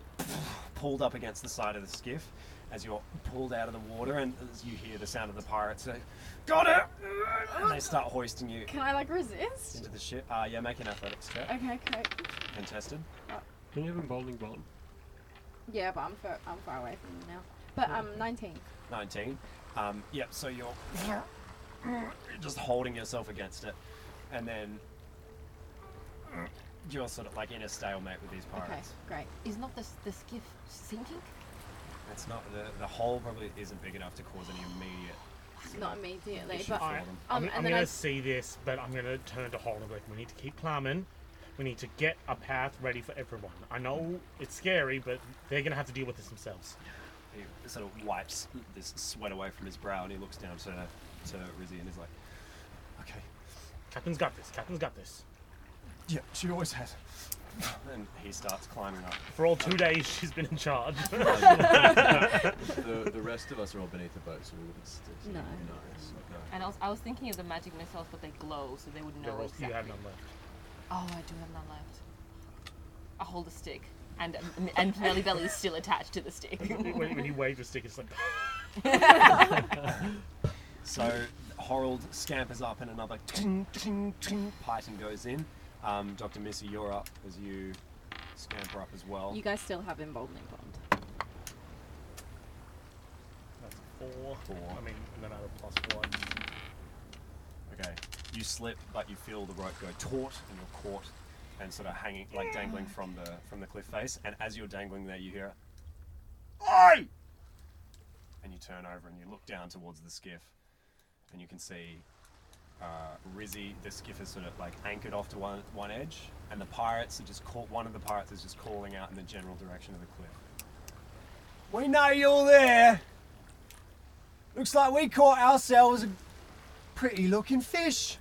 pulled up against the side of the skiff as you're pulled out of the water, and as you hear the sound of the pirates say, "Got it!" and they start hoisting you Can I like resist? into the ship. Uh, yeah, make an athletics check. Okay, Uh, correct. Contested. Can you have a bowling ball? Yeah, but I'm far, I'm far away from you now. But um, nineteen. 19. Um, yep, so you're just holding yourself against it, and then you're sort of like in a stalemate with these Okay, pirates. great. Is not the, s- the skiff sinking? It's not the the hole probably isn't big enough to cause any immediate. Not immediately, should but fall. um, Alright. and I'm, I'm then gonna I see this, but I'm gonna turn to Holden. Like, we need to keep climbing. We need to get a path ready for everyone. I know it's scary, but they're gonna have to deal with this themselves. He sort of wipes this sweat away from his brow, and he looks down to to Rizzy and is like, "Okay, Captain's got this. Captain's got this. yeah, she always has." and he starts climbing up. For all two days she's been in charge. the, the rest of us are all beneath the boat, so we wouldn't stick. No. No. it's okay. And I was, I was thinking of the magic missiles, but they glow, so they would know exactly. you have none left. Oh, I do have none left. I hold a stick, and and- and Nelly Belly is still attached to the stick. When, when he waves a stick, it's like So Horold scampers up and another ting, ting, ting, python goes in. Um, Dr. Missy, you're up as you scamper up as well. You guys still have emboldening bond. that's four. Four. I mean, and then I have a plus one. Okay. You slip, but you feel the rope go taut, and you're caught, and sort of hanging, like dangling from the from the cliff face. And as you're dangling there, you hear, "Oi!" And you turn over and you look down towards the skiff, and you can see uh, Rizzy. The skiff is sort of like anchored off to one one edge, and the pirates are just call, one of the pirates is just calling out in the general direction of the cliff. We know you're there. Looks like we caught ourselves a pretty looking fish.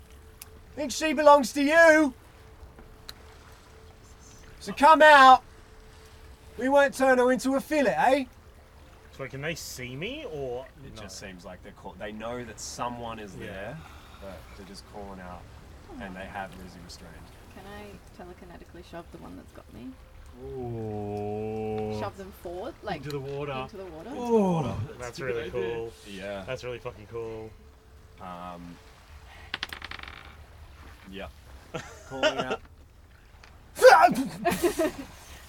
Think she belongs to you. So come out. We won't turn her into a fillet, eh? So can they see me or It no? just seems like they're call- they know that someone is Yeah. there, but they're just calling out, and they have Lizzie restrained. Can I telekinetically shove the one that's got me? Ooh. Shove them forward, like Into the water. Into the water. Oh, That's, a good really idea. cool. yeah. That's really fucking cool. Um. Yep. calling out.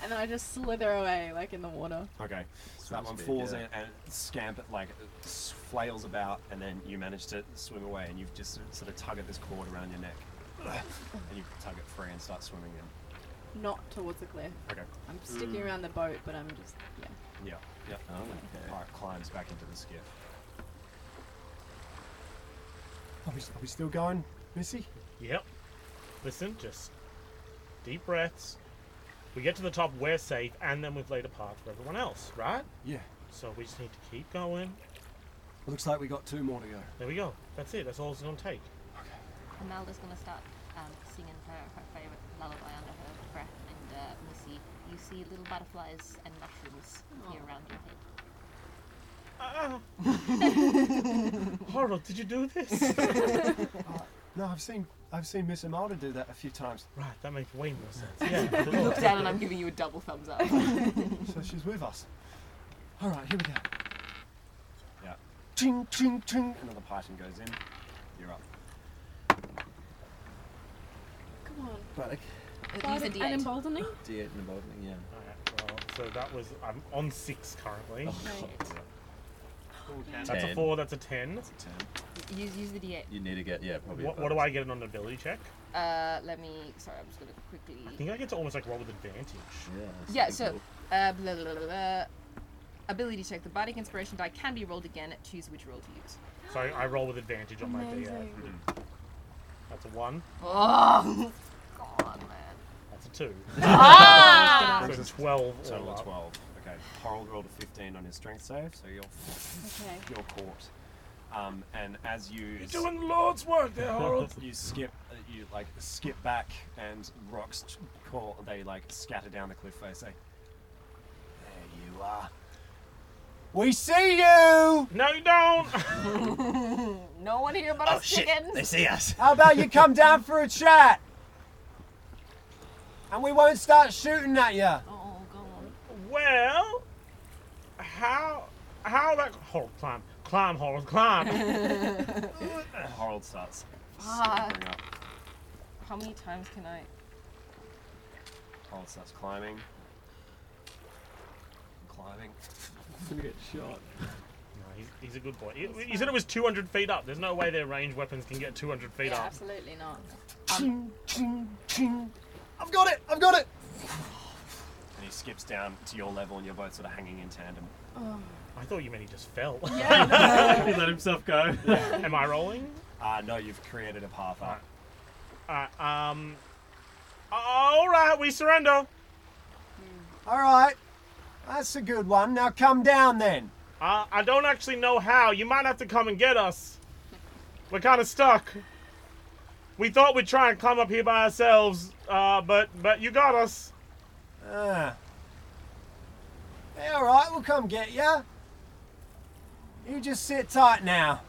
And then I just slither away, like in the water. Okay, so Swims that one big, falls yeah. in and scamp like s- flails about, and then you manage to swim away, and you've just sort of tug at this cord around your neck, and you tug it free and start swimming in. Not towards the cliff. Okay, Mm. I'm sticking around the boat, but I'm just yeah. yeah, yeah. Oh, okay. Pirate climbs back into the skiff. Are we, are we still going, Missy? Yep. Listen, just deep breaths. We get to the top, we're safe, and then we've laid a path for everyone else, right? Yeah. So we just need to keep going. Looks like we got two more to go. There we go. That's it. That's all it's gonna take. Amalda's gonna start um, singing her, her favourite lullaby under her breath, and uh, Missy, you see little butterflies and mushrooms here Aw. around your head. Ah. Harold, did you do this? No, I've seen I've seen Miss Imelda do that a few times, right, that makes way more sense. Yeah. You look down, and I'm giving you a double thumbs up. so she's with us. All right, here we go. Yeah. Ting, ting, ting. Another python goes in. You're up. Come on. Braddock. Use a An D8. emboldening. D8 and emboldening, yeah. Alright, well, so that was I'm on six currently. Oh, Okay. That's a Ten. four. That's a ten. Ten. Use, use the D8. You need to get, yeah, probably. What, what do I get on an ability check? Uh, let me. Sorry, I'm just gonna quickly. I think I get to almost like roll with advantage. Yeah. that's Yeah, pretty so cool. uh, blah, blah, blah, blah. ability check. The bardic inspiration die can be rolled again. Choose which roll to use. So I, I roll with advantage on my D8. Amazing. Hmm. That's a one. Oh, God, man. That's a two. Ah! So twelve. Total all of up. 12. Okay. Harold rolled a 15 on his strength save, so you're, Okay. you're caught. Um, and as you You're s- doing the Lord's work there, Harold. you skip, uh, you like skip back, and rocks t- call. They like scatter down the cliff face. Say, there you are. We see you. no, you don't. No one here but Oh us shit! chickens. They see us. How about you come down for a chat? And we won't start shooting at you. Oh, go on. well, how how about Harold climb, climb, Harold climb. Harold starts Ah. scampering up. How many times can I? Harold starts climbing. Climbing. gonna get shot. No, he's, he's a good boy. You, you said it was 200 feet up. There's no way their ranged weapons can get 200 feet Yeah, up. absolutely not. Ching, ching, ching. I've got it! I've got it! And he skips down to your level, and you're both sort of hanging in tandem. I thought you meant he just fell. he let himself go. Am I rolling? Ah, no, you've created a path up. Alright, um. All right, we surrender. All right, that's a good one. Now come down then. Uh, I don't actually know how. You might have to come and get us. We're kind of stuck. We thought we'd try and climb up here by ourselves, uh, but but you got us. Ah. Hey, all right, we'll come get ya. You just sit tight now.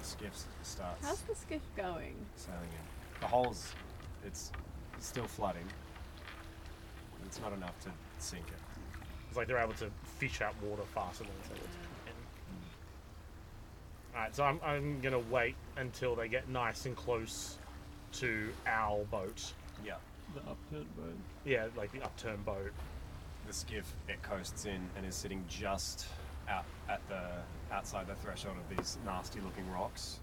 The skiff How's starts the skiff going? sailing in. The hole's it's still flooding. It's not enough to sink it. It's like they're able to fish out water faster than they can. Alright, so I'm, I'm gonna wait until they get nice and close to our boat. Yeah. The upturn boat. Yeah, like the upturned boat. The skiff it coasts in and is sitting just out at the outside the threshold of these nasty looking rocks.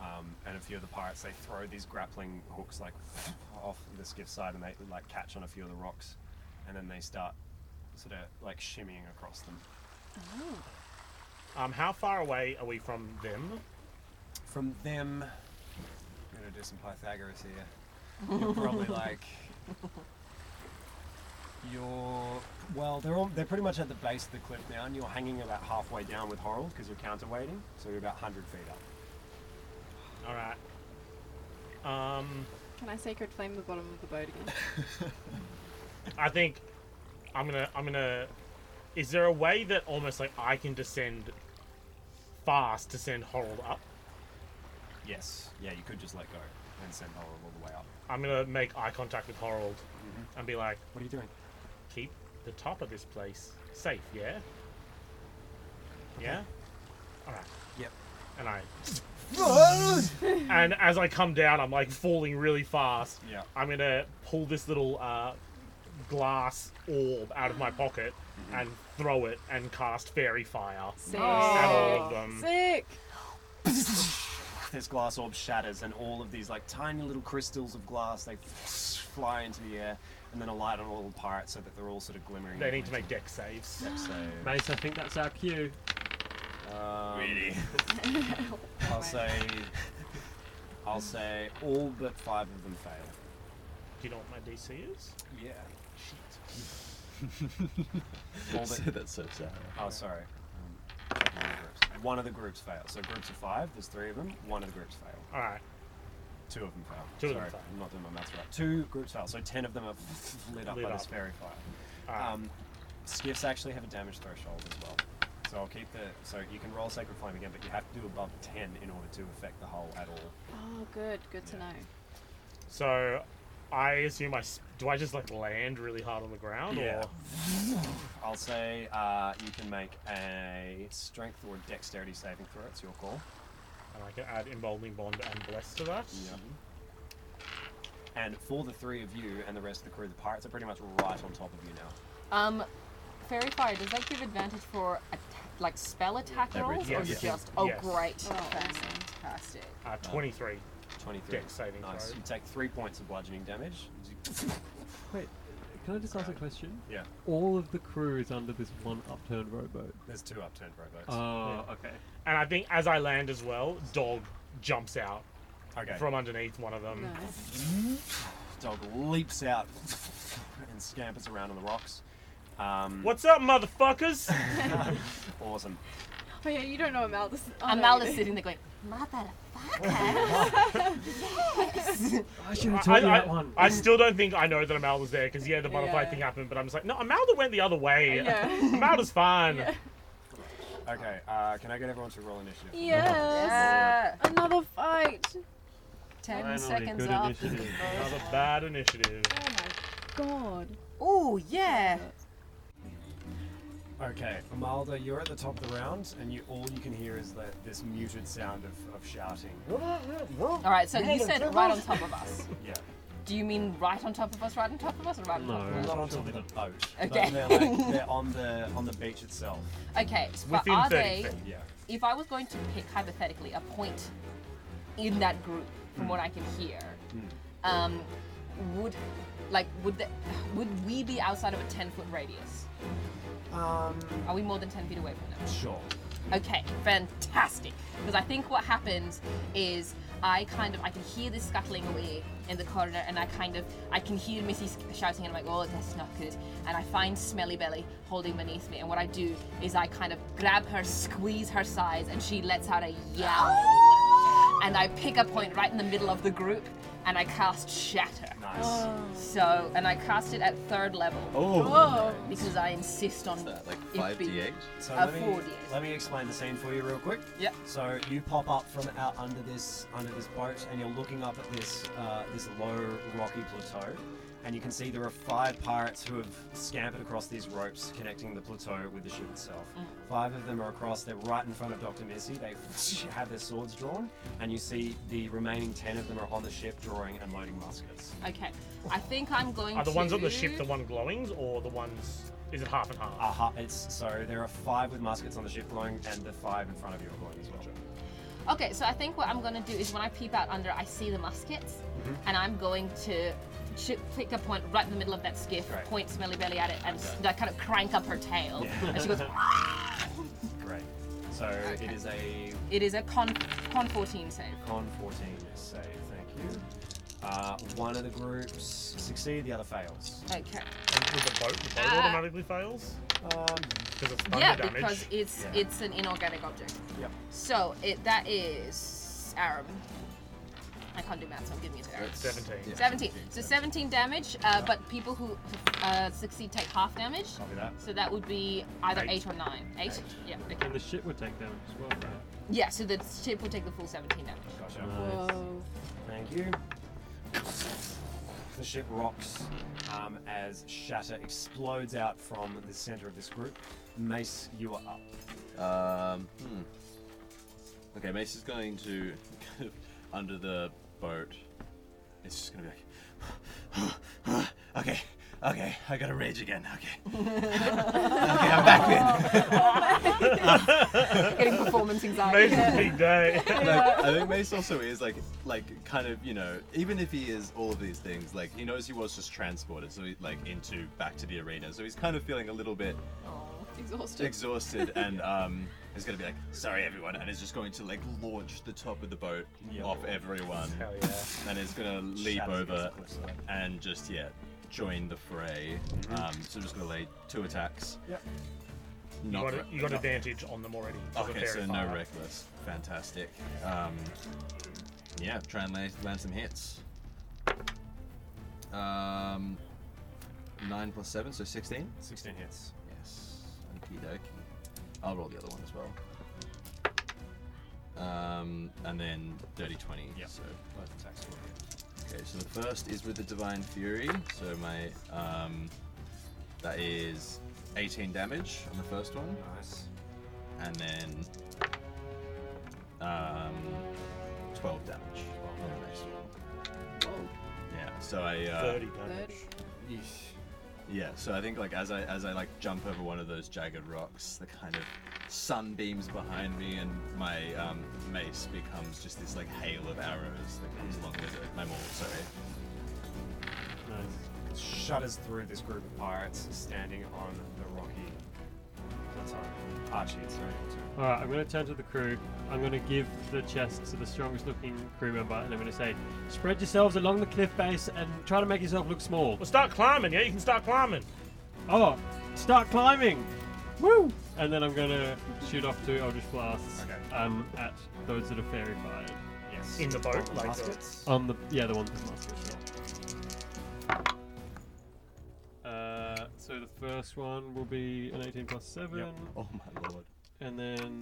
Um, and a few of the pirates they throw these grappling hooks like off the skiff side and they like catch on a few of the rocks and then they start sort of like shimmying across them. Oh. Um, how far away are we from them? From them I'm gonna do some Pythagoras here. You're probably like You're well. They're all, they're pretty much at the base of the cliff now, and you're hanging about halfway down with Horold because you're counterweighting, so you're about hundred feet up. Alright. Um, Can I sacred flame the bottom of the boat again? I think I'm gonna I'm gonna is there a way that almost like I can descend fast to send Horold up? Yes. Yeah, you could just let go and send Horold all the way up. I'm gonna make eye contact with Horold and be like, Mm-hmm. What are you doing? keep the top of this place safe, yeah? Yeah? Alright. Yep. And I and as I come down I'm like falling really fast. Yeah. I'm gonna pull this little uh, glass orb out of my pocket Mm-hmm. and throw it and cast fairy fire Sick. Oh. at all Oh. of them. Sick. This glass orb shatters, and all of these like tiny little crystals of glass they fly into the air, and then alight on all the pirates so that they're all sort of glimmering. They and need to make glinting. deck saves. So, Mace, I think that's our cue. um, Really? I'll say, I'll say all but five of them fail. Do you know what my DC is? Yeah. all but that's so sad. Oh, sorry. Um, checking the groups. One of the groups failed. So groups of five. There's three of them. One of the groups failed. All right. Two of them failed. Two of them sorry, failed. I'm not doing my maths right. Two groups failed. So ten of them are lit up Lit by this up. fairy All fire. right. Um, skiffs actually have a damage threshold as well. So I'll keep the. So you can roll sacred flame again, but you have to do above ten in order to affect the hull at all. Oh, good. Good to Yeah. know. so I assume I s- do. I just like land really hard on the ground, Yeah. or I'll say uh, you can make a strength or dexterity saving throw. It's your call. and I can add emboldening bond and bless to that. And for the three of you and the rest of the crew, the pirates are pretty much right on top of you now. Um, fairy fire. Does that give advantage for atta like spell attack rolls, Everything. or is it Yes. just oh Yes. great? Oh, Thanks. fantastic. Uh, Twenty-three. 23. Dex saving nice. throw. You take three points of bludgeoning damage. Wait, can I just ask a question? Yeah. All of the crew is under this one upturned rowboat. There's two upturned rowboats. Oh, okay. And I think as I land as well, dog jumps out okay. from underneath one of them. Nice. Dog leaps out and scampers around on the rocks. Um, What's up, motherfuckers? Awesome. Oh yeah, you don't know Amalus. Oh, And no, Mal you is do. sitting there going, motherfucker. I should have I, told you I- that one. I still don't think I know that Amal was there because yeah, the butterfly Yeah. thing happened, but I'm just like, no, Amalda went the other way. Yeah. Amalda's fine. Okay, uh, can I get everyone to roll initiative? Yes. Yeah. Another fight. Ten Finally, seconds good after initiative. Another bad initiative. Oh my god. Oh yeah. Okay, Amalda, you're at the top of the round, and you all you can hear is that this muted sound of, of shouting. All right. So you said right on top of us. Yeah. Do you mean right on top of us, right on top of us, or right on top of us? No. Not on top of the boat. but Okay. They're, like, they're on the on the beach itself. Okay, so but Within are 30 they? feet. Yeah. If I was going to pick hypothetically a point in that group, from what I can hear, Hmm. um, would like would the, would we be outside of a ten foot radius? Um. Are we more than ten feet away from them? Sure. Okay, fantastic. Because I think what happens is I kind of I can hear this scuttling away in the corridor, and I kind of I can hear Missy sc- shouting, and I'm like, oh, this is not good. And I find Smelly Belly holding beneath me, and what I do is I kind of grab her, squeeze her sides, and she lets out a yowl. and I pick a point right in the middle of the group, and I cast Shatter. Nice. So, and I cast it at third level Whoa. because I insist on Oh. that like it five being- d8. So Uh, let me, forward, yes. let me explain the scene for you real quick. Yep. So you pop up from out under this under this boat, and you're looking up at this uh, this low rocky plateau, and you can see there are five pirates who have scampered across these ropes connecting the plateau with the ship itself. Five of them are across. They're right in front of Doctor Missy. They have their swords drawn, and you see the remaining ten of them are on the ship drawing and loading muskets. Okay, I think I'm going. Are the to... ones on the ship the one glowings or the ones? Is it half and half? Uh, it's so there are five with muskets on the ship blowing, and the five in front of you are blowing as well. Okay, so I think what I'm gonna do is when I peep out under, I see the muskets, Mm-hmm. and I'm going to ch- pick a point right in the middle of that skiff, Right. point Smelly Belly at it, and s- like, kind of crank up her tail, and she goes. "Ah!" Great. So it is a It is a con con 14 save. con 14 save. Thank you. Uh, one of the groups succeed, the other fails. Okay. And with the boat, the boat Ah. automatically fails Um, because it's thunder yeah, damage. because it's Yeah. it's an inorganic object. Yep. So it that is Aram. I can't do math, so I'm giving it to Aram. Seventeen. Yeah. 17. So 17 damage, uh, but people who uh, succeed take half damage. Copy that. So that would be either Eight. 8, or 9. 8? Yeah. Okay. And the shit would take damage as well, right? Yeah, so the ship will take the full 17 damage. Gotcha. Whoa. Thank you. The ship rocks um, as shatter explodes out from the center of this group. Mace, you are up. Um, hmm. Okay, Mace is going to kind of under the boat. It's just gonna be like, okay, okay, I gotta rage again. Okay, okay, I'm back in. Getting performance anxiety. Amazing big day. like, I think Mace also is like, like kind of you know, even if he is all of these things, like he knows he was just transported, so he, like into back to the arena, so he's kind of feeling a little bit Oh, Exhausted. exhausted and um is gonna be like sorry everyone and is just going to like launch the top of the boat Yeah. off everyone Hell yeah. and is gonna Shatters leap against over the cliffside. and just yeah join the fray Mm-hmm. um so I'm just gonna lay two attacks Yep. You not got, a, re- you got not- advantage on them already. 'cause okay they're so very no far. reckless fantastic um yeah try and land, land some hits um nine plus seven so 16 16 hits. Yes. Okie dokie. I'll roll the other one as well. Um, and then dirty 20. Yep. So, Both attacks will hit. okay, so the first is with the Divine Fury. So my, um, that is 18 damage on the first one. Nice. And then, um, 12 damage on the next one. Yeah, so I, uh, Thirty Thirty. damage. Yeesh. Yeah, so I think like as I as I like jump over one of those jagged rocks, the kind of sunbeams behind me, and my um, mace becomes just this like hail of arrows that comes along with it. My maul, sorry. Nice. shudders through this group of pirates standing on the rocky plateau. Archie, it's not able to. Alright, I'm gonna turn to the crew. I'm gonna give the chest to the strongest looking crew member and I'm gonna say, spread yourselves along the cliff base and try to make yourself look small. Well, start climbing. Yeah, you can start climbing. Oh, start climbing! Woo! And then I'm gonna shoot off two Eldritch Blasts Okay. um, at those that are fairy fired. Yes. In the boat, Roll like muskets. On um, the yeah, the one that's master sure. Uh, so the first one will be an 18 plus 7, Oh my lord. and then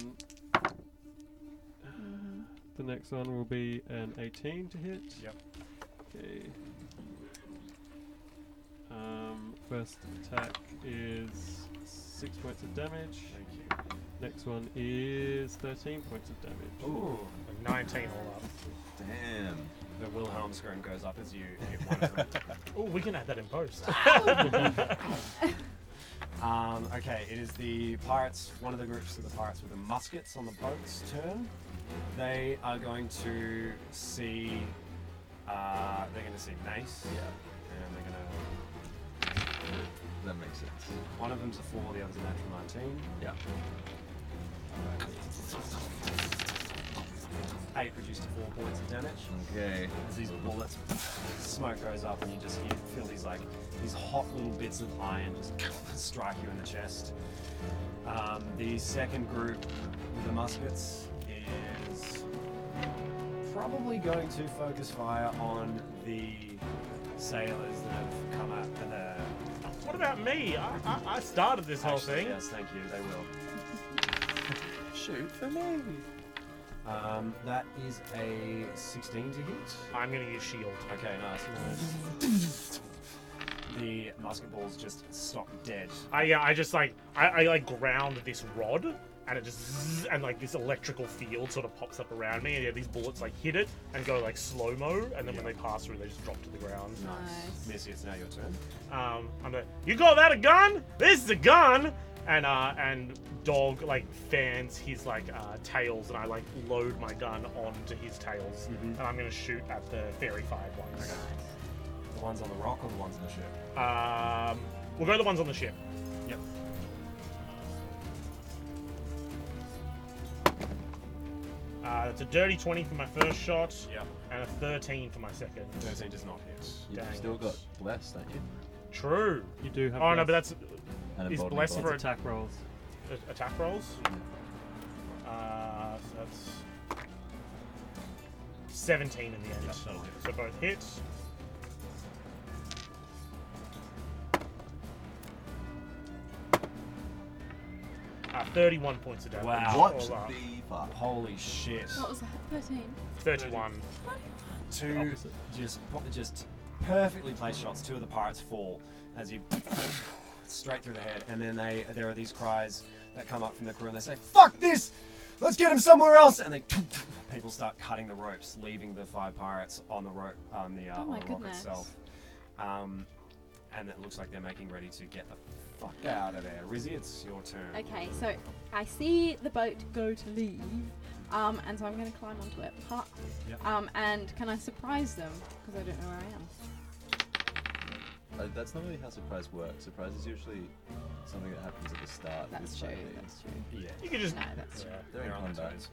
the next one will be an 18 to hit. Yep. Okay. Um, first attack is 6 points of damage. Thank you. Next one is 13 points of damage. Ooh, Like Nineteen all up. Damn. the Wilhelm scream goes up as you hit one of them. Oh, we can add that in post. Um, okay, it is the pirates, one of the groups of the pirates with the muskets on the boat's turn. They are going to see. Uh, they're going to see Mace. Yeah, And they're going to. that makes sense. One of them's a 4, the other's a natural 19. Yeah. Eight reduced to four points of damage. Okay. As these bullets, smoke goes up, and you just hear, feel these like these hot little bits of iron just strike you in the chest. Um, the second group with the muskets is probably going to focus fire on the sailors that have come uh, out for the. What about me? I, I, I started this whole Actually, thing. Yes, thank you. They will. Shoot for me. Um, that is a 16 to hit. I'm gonna use shield. Okay, nice. the musket balls just stop dead. I yeah, I just like I, I like ground this rod and it just zzz, and like this electrical field sort of pops up around me and yeah, these bullets like hit it and go like slow mo and then when they pass through they just drop to the ground. Nice. Missy, it's now your turn. Um, I'm like, you call that a gun? This is a gun. And uh, and dog like fans his like uh, tails and I like load my gun onto his tails Mm-hmm. and I'm gonna shoot at the fairy fired ones. The ones on the rock or the ones on the ship? Um, we'll go the ones on the ship. Yep. Uh, that's a dirty 20 for my first shot Yeah. and a 13 for my second. 13 does not hit. You've Dang still it. got blessed, don't you? True. You do have. Oh no, but bless- that's And He's emboldened blessed by- for attack rolls. a- attack rolls. Mm. Uh, so that's 17 in the end. that'll hit. So both hits. Uh, 31 points of damage. Wow. Or, What uh, the fuck? Holy shit. What was that? 13. 31. Two just just perfectly placed shots. Two of the pirates fall as you straight through the head, and then they there are these cries that come up from the crew, and they say, "Fuck this! Let's get him somewhere else!" And they people start cutting the ropes, leaving the five pirates on the rope on the uh, Oh on my the rock goodness. itself. Um, and it looks like they're making ready to get the fuck out of there. Rizzy, it's your turn. Okay, so I see the boat go to leave, um, and so I'm going to climb onto it. Ha. Yep. Um, and can I surprise them? Because I don't know where I am. Uh, that's not really how surprise works. Surprise is usually something that happens at the start. of That's this true. party. That's true. Yeah, You can just. No, that's true. They're in they're on their combat. toes.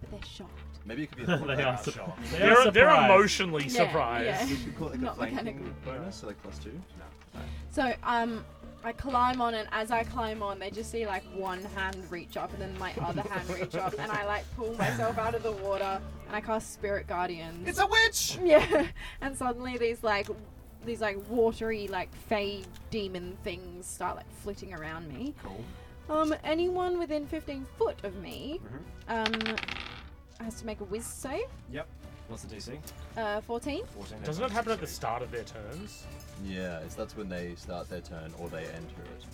But they're shocked. Maybe it could be a they are flank. sur- Sure. they are They're, they're surprised. emotionally Yeah, surprised. yeah. You could call it like a Not flanking mechanical. bonus, so like plus two. So um, I climb on, and as I climb on, they just see like one hand reach up, and then my other hand reach up, and I like pull myself out of the water, and I cast Spirit Guardians. It's a witch. yeah, and suddenly these like these like watery like fey demon things start like flitting around me. Cool. Um, anyone within 15 foot of me Mm-hmm. um, has to make a whiz save. Yep. What's the DC? Uh, 14. 14. Doesn't it happen at the start of their turns? Yeah, it's that's when they start their turn or they enter it.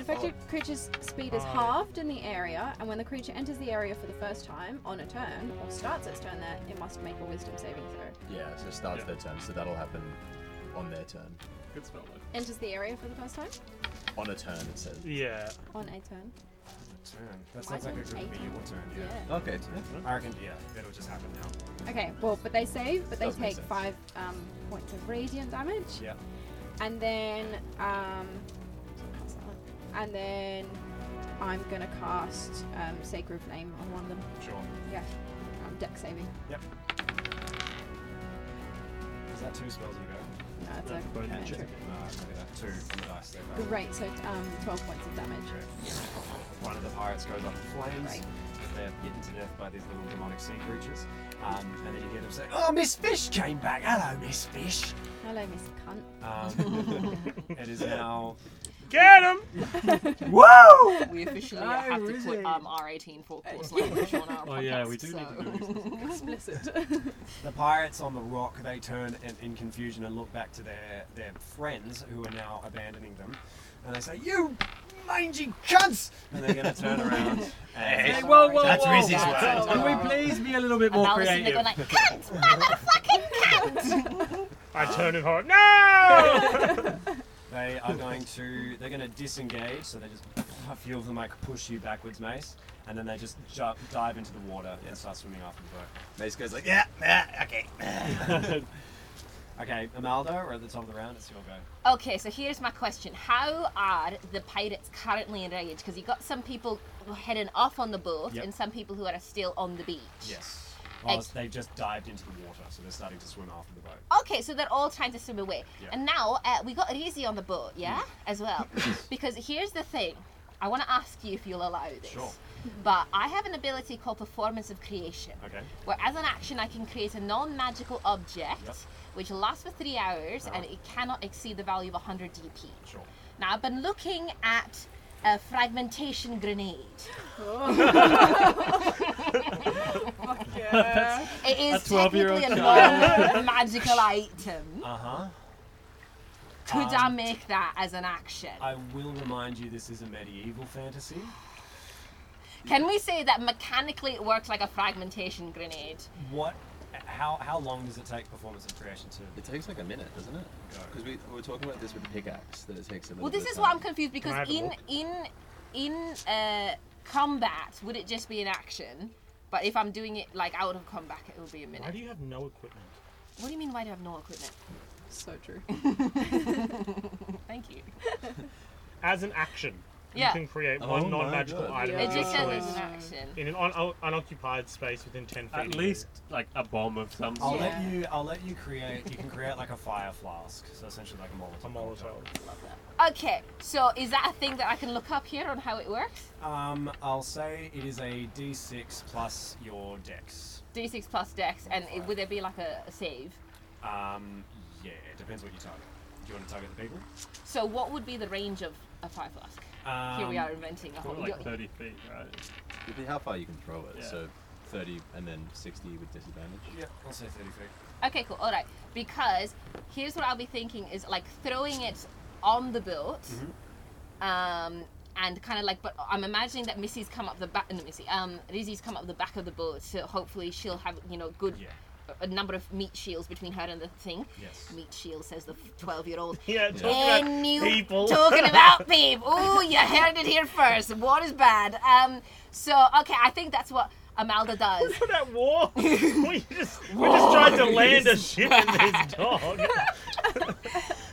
Oh. affected creature's speed is Oh, yeah. halved in the area, and when the creature enters the area for the first time on a turn, or starts its turn there, it must make a wisdom saving throw. Yeah, so it starts Yeah. their turn, so that'll happen on their turn. Good spell though. Enters the area for the first time On a turn, it says. Yeah. on a turn. Turn. That Why sounds like it don't could be your turn, yeah. Yeah. Okay. I reckon, yeah, it'll just happen now. Okay, well, but they save, but they Does make take sense. 5 um, points of radiant damage, Yeah. and then. Um, what's that one? and then I'm gonna cast um, Sacred Flame on one of them. Sure. Yeah, um, deck saving. Yep. Is that two spells you No, it's That's a bonus cantrip. action. go? No, it's gonna be Ah, that two from the dice they rolled. Great, so um, 12 points of damage. One of the pirates goes up in flames. Right. They're bitten to death by these little demonic sea creatures. Um, and then you hear them say, Oh, Miss Fish came back. Hello, Miss Fish. Hello, Miss Cunt. Um, it is now. Get him! Whoa! We officially Oh, have to is put it? um, R18 for course language on our Oh podcast. yeah, we do so. need to do reasons. Explicit. The pirates on the rock they turn in, in confusion and look back to their, their friends who are now abandoning them, and they say, "You mangy cunts!" And they're going to turn around. and Hey, whoa, whoa, That's whoa! Rizzy's word. Can we please be a little bit And more now they're sitting there creative? going like, cunt, motherfucking cunt! I turn it hard. No! They are going to they're going to disengage, so they just a few of them like push you backwards, Mace, and then they just jump, dive into the water and start swimming after the boat. Mace goes like, yeah, yeah, okay. Okay, Amaldo, we're at the top of the round. It's your go. Okay, so here's my question. How are the pirates currently enraged? Because you got some people heading off on the boat Yep. and some people who are still on the beach. Yes. Well, Ex- they've just dived into the water, so they're starting to swim after the boat. Okay, so they're all trying to swim away. Yeah. Mm. And now uh, we got Rizzi on the boat, yeah? As well. because here's the thing I want to ask you if you'll allow this. Sure. But I have an ability called Performance of Creation, Okay. where as an action I can create a non magical object Yep. which lasts for three hours and Uh-huh. it cannot exceed the value of 100 DP. Sure. Now, I've been looking at a fragmentation grenade. Fuck yeah. It is A 12-year-old technically a non magical item. Uh huh. Could I make that as an action? I will remind you, this is a medieval fantasy. Can we say that mechanically it works like a fragmentation grenade? What? How how long does it take performance and creation to? It takes like a minute, doesn't it? Because we, we were talking about this with the pickaxe, that it takes a little Well, this bit is of why I'm time. confused because I have a in look? in in uh, combat, would it just be an action? But if I'm doing it like out of combat, it will be a Why minute. do you have no equipment? What do you mean? Why do I have no equipment? so true. Thank you. As an action, Yeah. you can create Oh one my non-magical God. item. It of just your says it's choice an action. in an un- un- unoccupied space within ten feet. At of you. least like a bomb of some I'll sort. let Yeah. you. I'll let you create. You can create like a fire flask, so essentially like a Molotov. a Molotov. Okay, so is that a thing that I can look up here on how it works? cocktail. Um, I'll say it is a D6 plus your dex. D6 plus Dex, and it, would there be like a, a save? Um, yeah, it depends what you target. Do you want to target the people? So what would be the range of a fire flask? Um, here we are inventing a whole. Probably like 30 feet, right? It'd be how far you can throw it. Yeah. So 30 and then 60 with disadvantage. Yeah, I'll say 30 feet. Okay, cool. All right. Because here's what I'll be thinking is like throwing it on the boat, Mm-hmm. um, and kind of like. But I'm imagining that Missy's come up the back. No, Missy. Um, Rizzy's come up the back of the boat, so hopefully she'll have you know good. Yeah. A number of meat shields between her and the thing. Yes. Meat shield says the twelve-year-old. Yeah, talking And about you people. talking about people. Ooh, you heard it here first. What is bad? Um. So okay, I think that's what Amalda does. Look at that wall. we just we just tried to land a ship in this dog.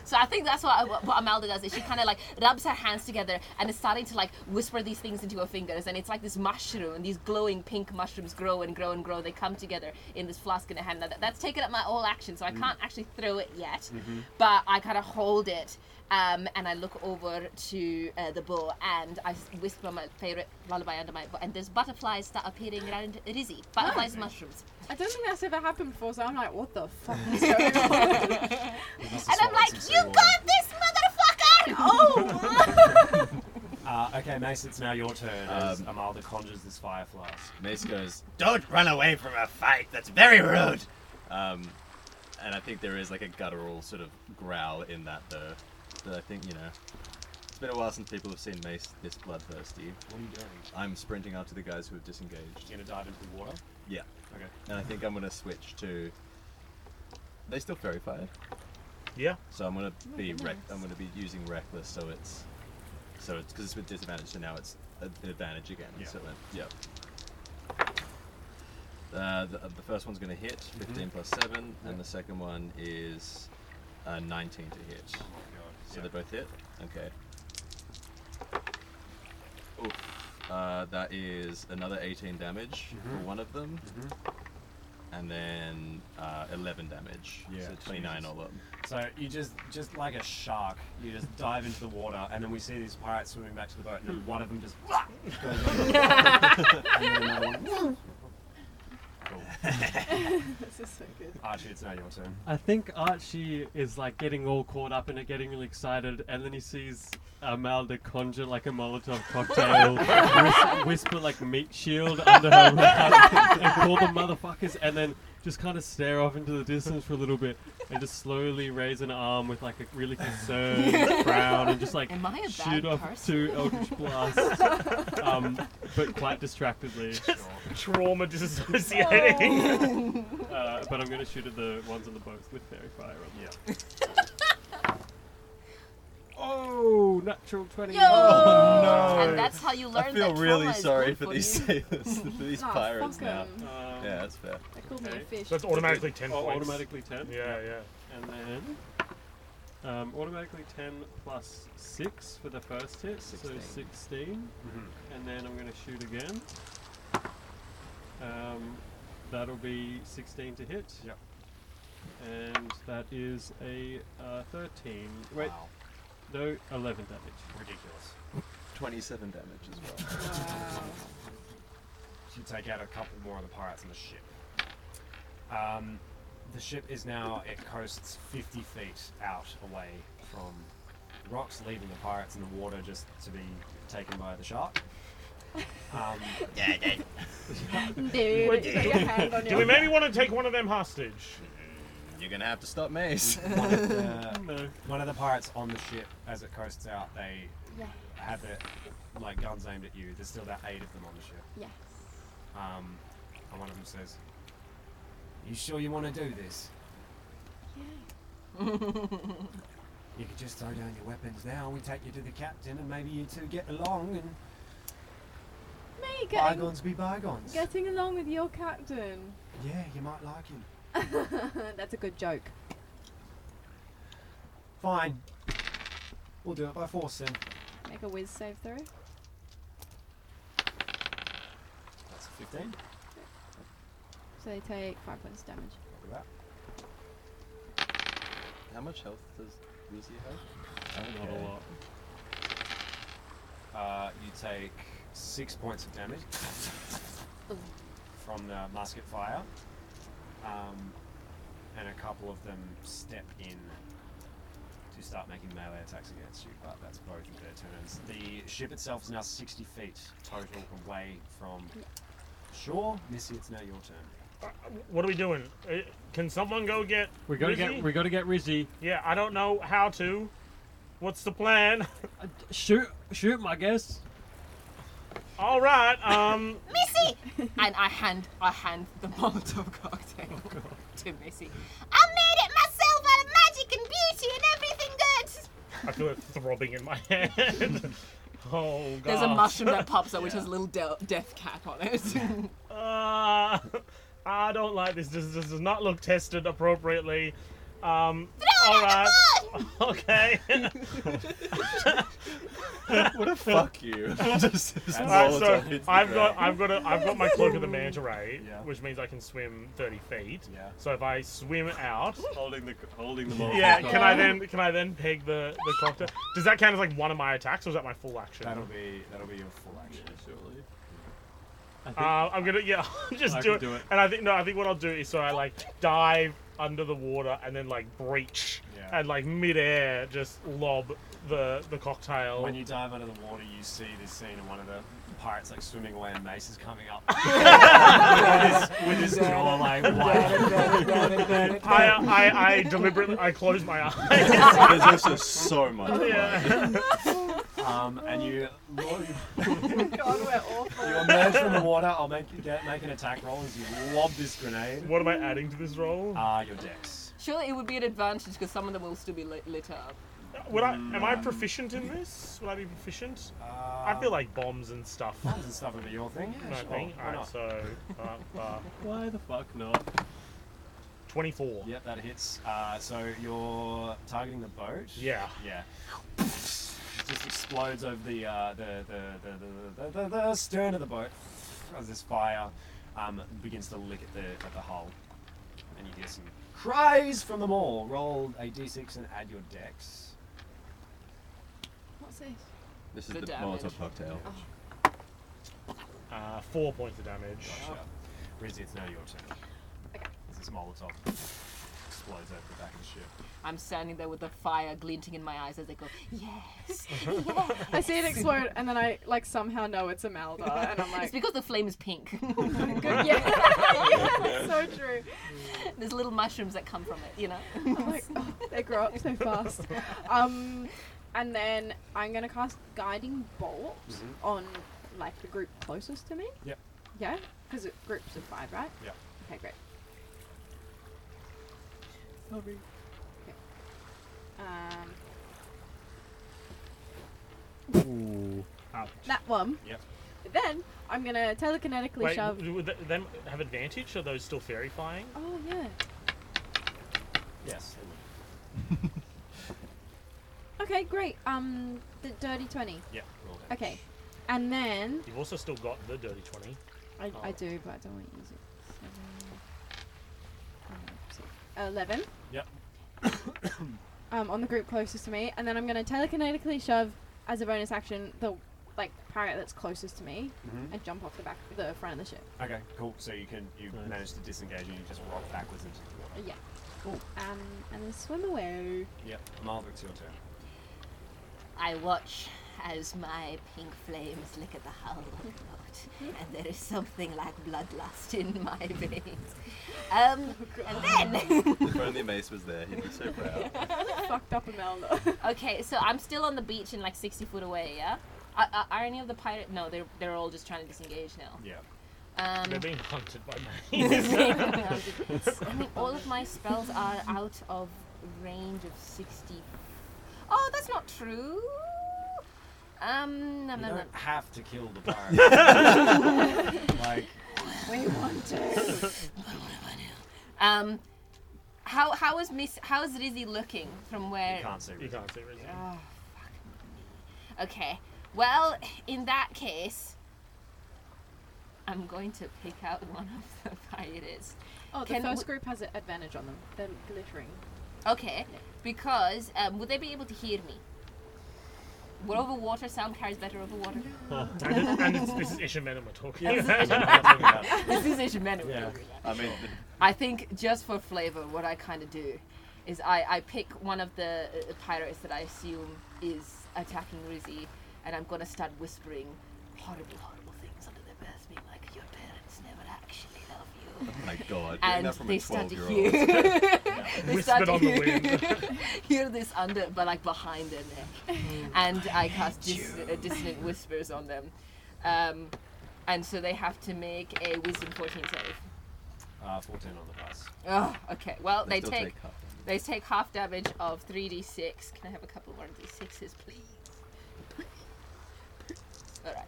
So I think that's what, what Amelda does. Is she kind of like rubs her hands together and is starting to like whisper these things into her fingers, and it's like this mushroom, and these glowing pink mushrooms grow and grow and grow. They come together in this flask in her hand. Now, that, that's taken up my whole action, so I can't actually throw it yet, Mm-hmm. Mm-hmm. but I kind of hold it. Um, and I look over to uh, the bow and I s- whisper my favorite lullaby under my bow. And there's butterflies start appearing around Rizzy. Butterflies, and mushrooms. I don't think that's ever happened before, so I'm like, what the fuck is going on? And I'm like, you got this, motherfucker! Oh! Uh, okay, Mace, it's now your turn as Um, Amalda conjures this fire flask. Mace goes, Don't run away from a fight. That's very rude. um, and I think there is like a guttural sort of growl in that though. That I think, you know, it's been a while since people have seen Mace this bloodthirsty. What are you doing? I'm sprinting after the guys who have disengaged. You gonna dive into the water? Yeah. Okay. And I think I'm going to switch to. Are they still fairy fired? Yeah. So I'm gonna be rec- I'm gonna be using reckless, so it's so it's because it's with disadvantage, so now it's a- an advantage again. Yeah. So then, yeah. Uh, the, the first one's gonna hit Mm-hmm. 15 plus seven, and the second one is uh, 19 to hit. Oh my god. So Yeah. they both hit. Okay. Oof. Uh, that is another 18 damage Mm-hmm. for one of them, and then uh, 11 damage. Yeah, So 29 Jesus. all up. So you just, just like a shark, you just dive into the water, and then we see these pirates swimming back to the boat, and then one of them just goes under the water, and then another one. Cool. this is so good. Archie, it's now your turn. I think Archie is like getting all caught up in it, getting really excited, and then he sees Amalda conjure like a Molotov cocktail, whis- whisper like meat shield under her wrap, and call them motherfuckers, and then just kind of stare off into the distance for a little bit, and just slowly raise an arm with like a really concerned frown, and just like Am I a shoot bad off person? two eldritch blasts, um, but quite distractedly. Trauma disassociating. Uh, but I'm gonna shoot at the ones on the boat with fairy fire. On yeah. oh, natural twenty. Yo! And that's how you learn Oh, I feel that really trauma is sorry good for these you. sailors, for these Ah, pirates fuck now. 'em. Um, Yeah, that's fair. They called me Okay. a fish. That's automatically ten Oh, points. automatically ten. Yeah, yeah. And then. Um, automatically 10 plus 6 for the first hit, so 16. 16. Mm-hmm. And then I'm going to shoot again. Um, that'll be 16 to hit. Yep. And that is a uh, 13. Wait, Wow. no, 11 damage. Ridiculous. 27 damage as well. Wow. You take out a couple more of the pirates on the ship. Um, the ship is now, it coasts 50 feet out away from rocks, leaving the pirates in the water just to be taken by the shark. Um, Yeah, yeah. Dude, Wait, you got your hand on Do your we maybe want to take one of them hostage? You're gonna have to stop Maze. one, of the, No. one of the pirates on the ship, as it coasts out, they Yeah. have their like guns aimed at you. There's still about eight of them on the ship. Yes. Um, and one of them says, "You sure you want to do this? Yeah. You could just throw down your weapons now. We take you to the captain, and maybe you two get along, and Mate, getting, bygones be bygones. getting along with your captain. Yeah, you might like him. That's a good joke. Fine. We'll do it by force then. Make a whiz save through. That's a fifteen. So they take five points of damage. Copy that. How much health does Lizzie have? Not a lot. Uh, you take six points of damage from the musket fire, um, and a couple of them step in to start making melee attacks against you, but that's both of their turns. The ship itself is now 60 feet total away from shore. Missy, it's now your turn. Uh, What are we doing? Uh, Can someone go get? We gotta Rizzy? get we gotta get Rizzy. Yeah, I don't know how to. What's the plan? Uh, d- shoot shoot my guess. All right. Um. Missy! and I hand I hand the Molotov cocktail to Missy. I made it myself out of magic and beauty and everything good. I feel it throbbing in my head. oh god. There's a mushroom that pops up which has a little de- death cap on it. Uh, I don't like this. This, this does not look tested appropriately. Um. all right. Okay. Fuck you. just, just all right. Molotov So hits the I've ground. got I've got a, I've got my cloak of the manta ray, Yeah. which means I can swim 30 feet. Yeah. So if I swim out. Holding the holding the ball. Yeah, can I then can I then peg the the cocktail? Does that count as like one of my attacks, or is that my full action? That'll be that'll be your full action. Surely. Uh, I'm gonna yeah, just I do can it. do it. And I think no, I think what I'll do is so I like dive under the water and then like breach Yeah. and like midair just lob the the cocktail. When you dive under the water, you see this scene of one of the pirates like swimming away, and Mace is coming up with his, with his jaw like wide I, I I deliberately I close my eyes. There's also so much. yeah. Um, and you, you Oh God, we're awful. emerge from the water. I'll make you get, make an attack roll as you lob this grenade. What am I adding to this roll? Ah, your dex. Surely it would be an advantage because some of them will still be lit, lit up. Uh, Would I am I proficient in this? Would I be proficient? I feel like bombs and stuff. bombs and stuff would be your thing. Yeah, I sure. think. Why Alright, not? so uh, uh, Why the fuck not? 24. Yep, that hits. Uh, so you're targeting the boat. Yeah. Yeah. It just explodes over the, uh, the, the, the, the, the, the, the stern of the boat as this fire um, begins to lick at the, at the hull. And you hear some cries from them all. Roll a d6 and add your dex. What's this? This is The the, damage. Molotov cocktail. Uh, four points of damage. Sure. Rizzy, it's now your turn. As this Molotov explodes over the back of the ship. I'm standing there with the fire glinting in my eyes as they go, yes. I see it explode, and then I like somehow know it's a Malda, and I'm it's like, because the flame is pink. good, yeah, yeah, that's so true. There's little mushrooms that come from it, you know? I'm like, oh, they grow up so fast. Um, and then I'm gonna cast Guiding Bolt on like the group closest to me. Yep. Yeah, because groups of five, right? Yep. Okay, great. Sorry. Um, Ooh. Ouch. that one. Yep. Then I'm gonna telekinetically Wait, shove. w- would th- them have advantage? Are those still fairy flying? Oh yeah. Yes. it would. Okay, great. Um, the dirty twenty. Yeah. Roll damage. Okay, and then You've also still got the dirty twenty. I, I Oh. do, but I don't want to use it. Seven, five, six, Eleven. Yep. um, on the group closest to me, and then I'm going to telekinetically shove as a bonus action the like pirate that's closest to me and jump off the back, the front of the ship. Okay, cool. So you can you Nice. manage to disengage and you just rock backwards into the water. Yeah. Um, and then swim away. Yep. Martha, it's your turn. I watch as my pink flames lick at the hull of the Mm-hmm. boat, and there is something like bloodlust in my veins. Um, Oh, and then if only Mace was there, he'd be so proud. Fucked up Imelda. Okay, so I'm still on the beach and like 60 foot away, yeah? Are, are, are any of the pirate? No, they're, they're all just trying to disengage now. Yeah. Um, They're being hunted by I me. mean, all of my spells are out of range of 60. Oh, that's not true. Um, no, You no, no. don't have to kill the pirate. like we want to. Um, how, how is Miss, how is Rizzy looking from where? you can't see. you Really. can't see reason. Oh, fuck me. Okay. Well, in that case, I'm going to pick out one of the pirates. Oh, the Can first we- group has an advantage on them. They're glittering. Okay. Because um, would they be able to hear me? We're Mm. over water. Sound carries better over water. And, it- and it's, this is Ishimena we're talking about. Yeah. this is Asian men. Yeah. I mean, the, I think just for flavor, what I kind of do is I, I pick one of the uh, pirates that I assume is attacking Rizzy, and I'm gonna start whispering horrible, horrible things under their breath, being like, "Your parents never actually love you," Oh my God, doing and that from they a start to twelve-year-old. hear. they start Whispered to on the hear, wind. hear this under, but like behind their neck, and I cast dis- uh, dissonant whispers on them, um, and so they have to make a wisdom 14 save. Uh, fourteen on the bus. Oh, okay. Well, they, still take, half damage. they take half damage of 3d6. Can I have a couple more d6s, please? Alright.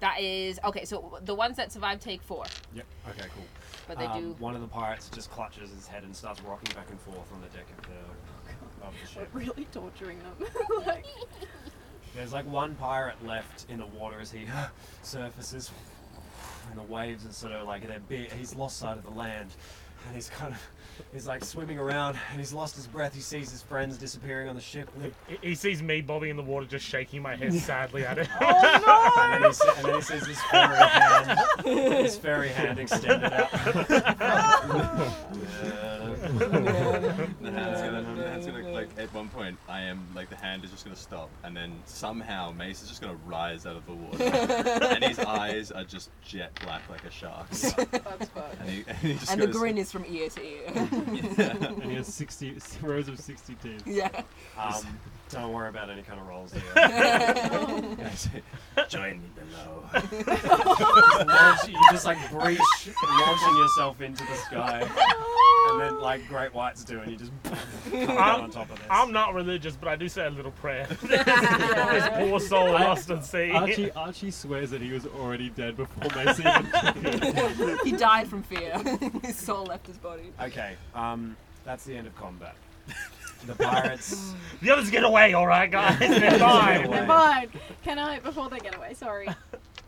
That is. Okay, so the ones that survive take four, Yep. Okay, cool. but they um, do. One of the pirates just clutches his head and starts rocking back and forth on the deck of the, of the We're ship. really torturing them. like, There's like one pirate left in the water as he surfaces, and the waves are sort of like they're big. He's lost sight of the land, and he's kind of he's like swimming around, and he's lost his breath. He sees his friends disappearing on the ship, and then, He- He sees me, Bobby, in the water, just shaking my head sadly at it. and then he, se- and then he sees his fairy hand, his fairy hand extended out. The hand's gonna, the hand's gonna like at one point. I am like the hand is just gonna stop, and then somehow Mace is just gonna rise out of the water, and his eyes are just jet black like a shark's, that's fun. and he, and he just And the goes, grin is from ear to ear. and he has 60 rows of 60 teeth. yeah. Um, don't worry about any kind of rolls there. Join me below. Launch- you just like breach, launching yourself into the sky, and then like great whites do, and you just come down on top of this. I'm not religious, but I do say a little prayer. this poor soul lost at sea. Archie Archie swears that he was already dead before Macy even He died from fear. His soul left his body. Okay, um, that's the end of combat. The pirates. The others get away, all right, guys. They're fine. Never mind. Can I, before they get away, sorry,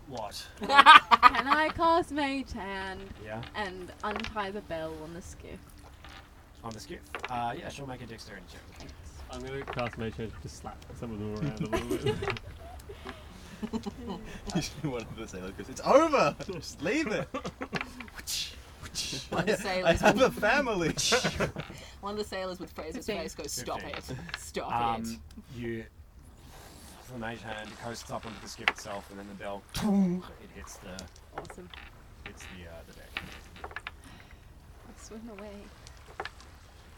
what? can I cast Mage Hand Yeah, and untie the bell on the skiff? on the skiff. Uh, yeah, she'll make a dexterity check. Thanks. I'm gonna cast Mage Hand to slap some of them around a little bit. One of the sailors goes, "It's over. Just leave it." One of the I sailors, have a family. one of the sailors with Fraser's Fifteen. face goes, "Stop it! Fifteen. Stop it!" Um, you. The mage hand coasts up onto the skiff itself, and then the bell. It hits the Awesome. hits the uh, the deck. I'll swim away.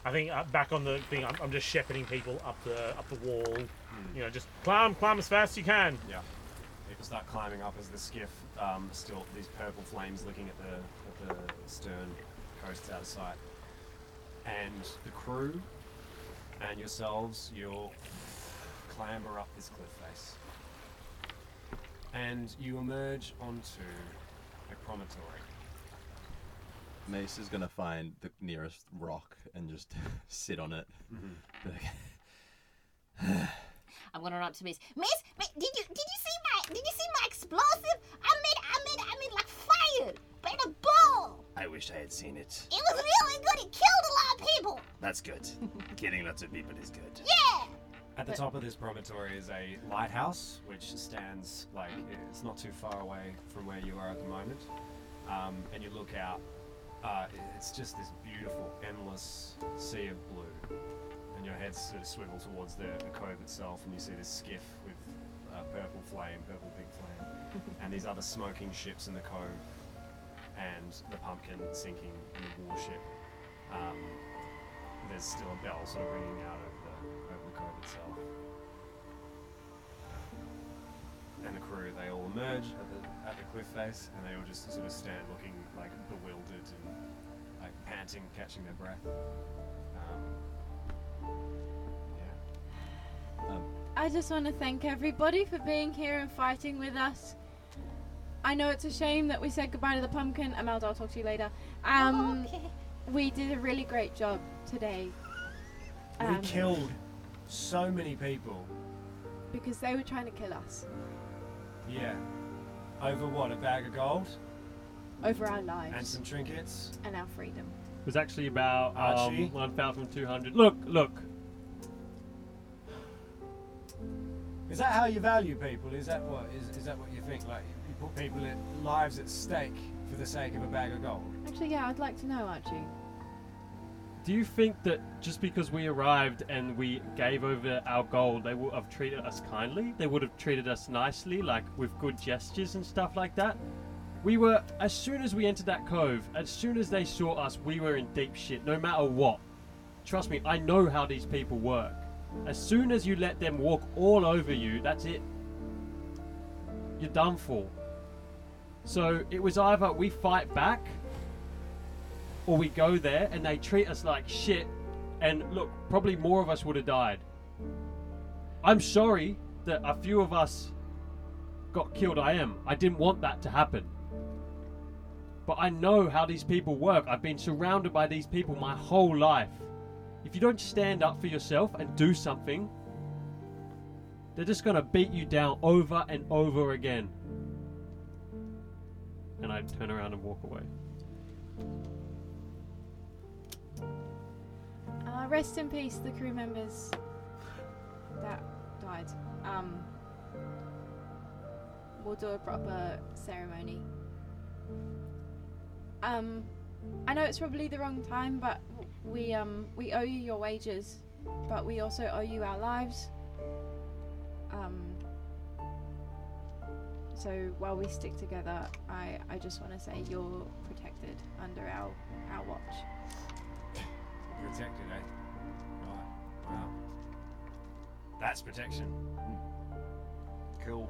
I think uh, back on the thing, I'm, I'm just shepherding people up the up the wall. Hmm. You know, just climb, climb as fast as you can. Yeah. People start climbing up as the skiff, um, still these purple flames looking at the, at the stern coasts out of sight. And the crew and yourselves, you'll clamber up this cliff face. And you emerge onto a promontory. Mace is gonna find the nearest rock and just sit on it. Mm-hmm. Be like, I'm gonna run up to Mace. Mace, Mace, did you did you see my did you see my explosive? I made I made I made like fire, but in a ball. I wish I had seen it. It was really good. It killed a lot of people. That's good. Killing lots of people is good. Yeah. At the But- top of this promontory is a lighthouse, which stands like it's not too far away from where you are at the moment. Um, and you look out, uh, it's just this beautiful, endless sea of blue. And your head sort of swivel towards the, the cove itself, and you see this skiff with uh, purple flame, purple big flame, and these other smoking ships in the cove, and the pumpkin sinking and the warship. Um, there's still a bell sort of ringing out over the, over the cove itself. And the crew, they all emerge at the, at the cliff face, and they all just sort of stand looking like bewildered and like panting, catching their breath. Um, yeah. Um, I just want to thank everybody for being here and fighting with us. I know it's a shame that we said goodbye to the pumpkin. Amelda, I'll talk to you later. Um, We did a really great job today. Um, we killed so many people. Because they were trying to kill us Yeah. Over what? A bag of gold over our and lives some trinkets. and our freedom. It was actually about Archie? um, 1,200. Look, look. Is that how you value people? Is that what is, is that what you think? Like you put people at lives at stake for the sake of a bag of gold? Actually, yeah, I'd like to know, Archie. Do you think that just because we arrived and we gave over our gold, they would have treated us kindly? They would have treated us nicely, like with good gestures and stuff like that? We were, as soon as we entered that cove, as soon as they saw us, we were in deep shit, no matter what. Trust me, I know how these people work. As soon as you let them walk all over you, that's it. You're done for. So it was either we fight back or we go there and they treat us like shit and look probably more of us would have died i'm sorry that a few of us got killed i am i didn't want that to happen but i know how these people work i've been surrounded by these people my whole life if you don't stand up for yourself and do something they're just going to beat you down over and over again and i turn around and walk away Uh, rest in peace, the crew members that died. Um, we'll do a proper ceremony. Um, I know it's probably the wrong time, but we um we owe you your wages, but we also owe you our lives. Um. So while we stick together, I, I just want to say you're protected under our our watch. Protected, eh? Right. Wow. That's protection. Hmm. Cool.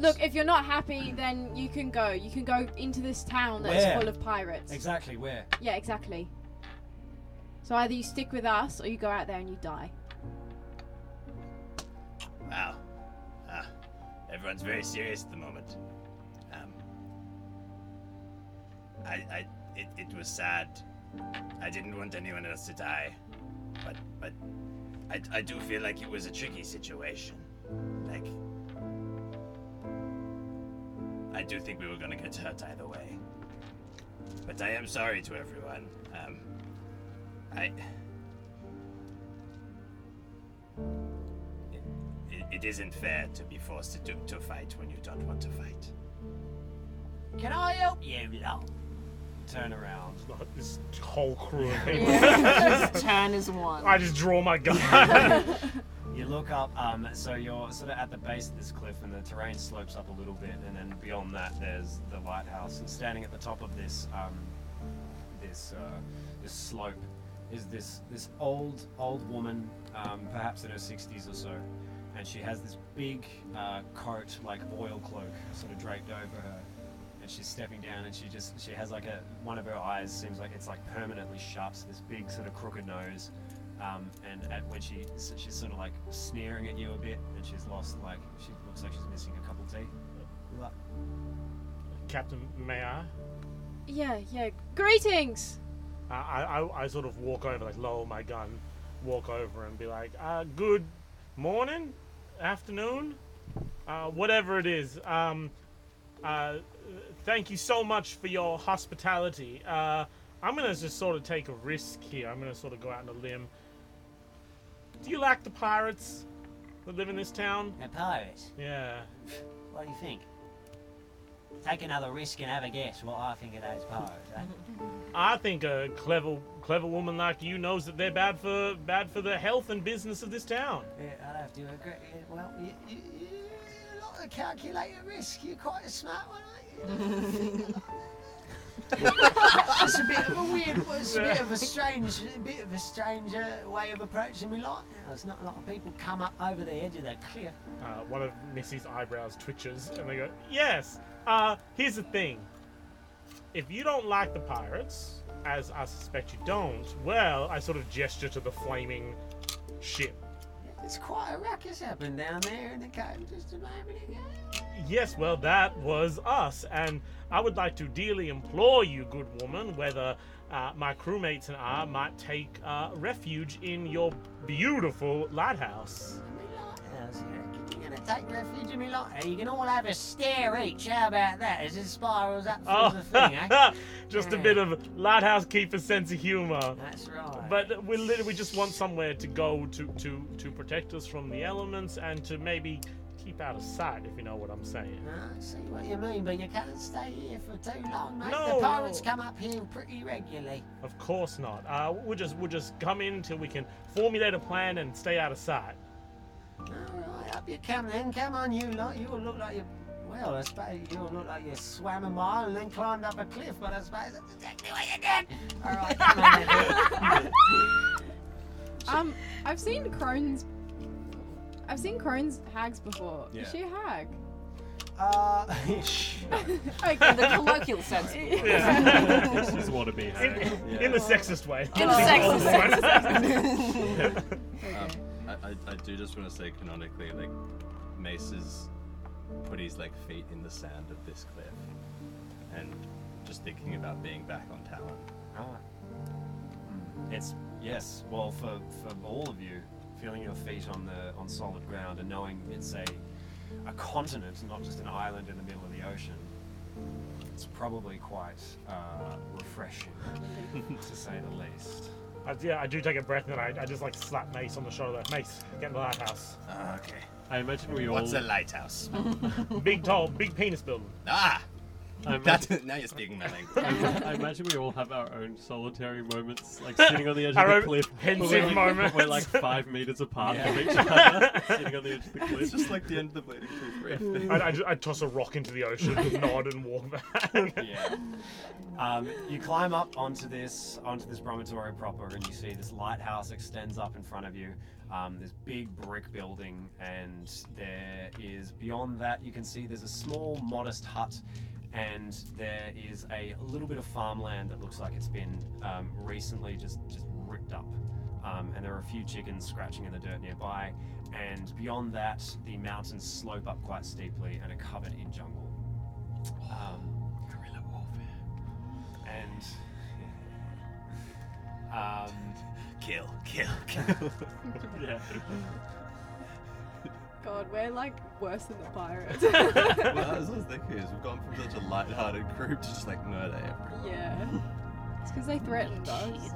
Look, if you're not happy, then you can go. You can go into this town that's Where? full of pirates. Exactly where? yeah, exactly. So either you stick with us or you go out there and you die. Wow. Ah, everyone's very serious at the moment. Um, I, I, it, it was sad. I didn't want anyone else to die, but, but, I, I do feel like it was a tricky situation. Like, I do think we were gonna get hurt either way. But I am sorry to everyone. Um, I. It, it isn't fair to be forced to, do, to fight when you don't want to fight. Can I uh, help you, love? Turn around. Like, This whole crew of people. Turn is one. I just draw my gun. You look up, um, so you're sort of at the base of this cliff, and the terrain slopes up a little bit, and then beyond that, there's the lighthouse. And standing at the top of this, um, this, uh, this slope, is this this old old woman, um, perhaps in her 60s or so, and she has this big uh, coat, like oil cloak, sort of draped over her, and she's stepping down, and she just she has like a one of her eyes seems like it's like permanently shut, this big sort of crooked nose, um, and at, when she s- she's sort of like sneering at you a bit, and she's lost like she looks like she's missing a cup of tea. Captain, may I? Yeah, yeah. Greetings! I, I, I- I sort of walk over, like lower my gun, walk over and be like, uh, good morning, afternoon, uh, whatever it is. Um, uh, thank you so much for your hospitality. Uh, I'm gonna just sort of take a risk here. I'm gonna sort of go out on a limb. Do you like the pirates? that live in this town? Now, Pirates, Yeah. what do you think? Take another risk and have a guess what I think of those pirates, eh? I think a clever, clever woman like you knows that they're bad for bad for the health and business of this town. Yeah, I'd have uh, to agree. Yeah, well, you, you, you- you're not a calculated risk. You're quite a smart one, aren't you? it's a bit of a weird, it's a bit of a strange, a bit of a strange uh, way of approaching me life. now. There's not a lot of people come up over the edge of the cliff. Uh, one of Missy's eyebrows twitches, and they go, "Yes. Uh, here's the thing. If you don't like the pirates, as I suspect you don't, well, I sort of gesture to the flaming ship. It's quite a ruckus happened down there in the cove just a moment ago. Yes, well, that was us, and I would like to dearly implore you, good woman, whether uh, my crewmates and I might take uh, refuge in your beautiful lighthouse. Me lighthouse, Eric. You're gonna take refuge in me lighthouse. eh? You can all have a stare each. How about that? As it spirals up through Oh. the thing, eh? just a bit of lighthouse keeper sense of humor. That's right. But we literally just want somewhere to go to, to, to protect us from the elements and to maybe keep out of sight, if you know what I'm saying. I see what you mean, but you can't stay here for too long, mate. No. The pirates come up here pretty regularly. Of course not. Uh, we'll just we'll just come in till we can formulate a plan and stay out of sight. All right, up you come then. Come on, you lot. You all look like you. Well, I suppose you all look like you swam a mile and then climbed up a cliff, but I suppose that's exactly what you did. All right, come on then. Um, I've seen Crone's. I've seen Crone's hags before. Is she a hag? Uh, Okay. The colloquial sense. She's want to be In, hag. in the sexist way. In the sexist sense. okay. I, Um, I, I do just want to say canonically, like, Mace's put his like feet in the sand of this cliff, and just thinking about being back on Talon. It's yes. Well, for for all of you, feeling your feet on the on solid ground and knowing it's a a continent, not just an island in the middle of the ocean. It's probably quite uh, refreshing, to say the least. I, yeah, I do take a breath and I, I just like slap Mace on the shoulder. Mace, get in the lighthouse. Ah, okay. I imagine we all. What's a lighthouse? Big tall, big penis building. ah! I imagine- That, now you're speaking my language. I imagine we all have our own solitary moments, like sitting on the edge of Our the own cliff. pensive We're like- moments. We're like five meters apart from each other, sitting on the edge of the cliff. It's just like the end of the Bleeding Tooth Rift. I, I, ju- I toss a rock into the ocean, nod and walk back. Yeah. Um, you climb up onto this onto this promontory proper, and you see this lighthouse extends up in front of you. Um, this big brick building, and there is beyond that you can see there's a small, modest hut, and there is a little bit of farmland that looks like it's been um, recently just just ripped up. Um, and there are a few chickens scratching in the dirt nearby, and beyond that the mountains slope up quite steeply and are covered in jungle. Um, and um, kill, kill, kill. Yeah. God, we're like worse than the pirates. well, that's what I was thinking. Is we've gone from such a light-hearted group to just like murder everyone. yeah. It's because they threatened us.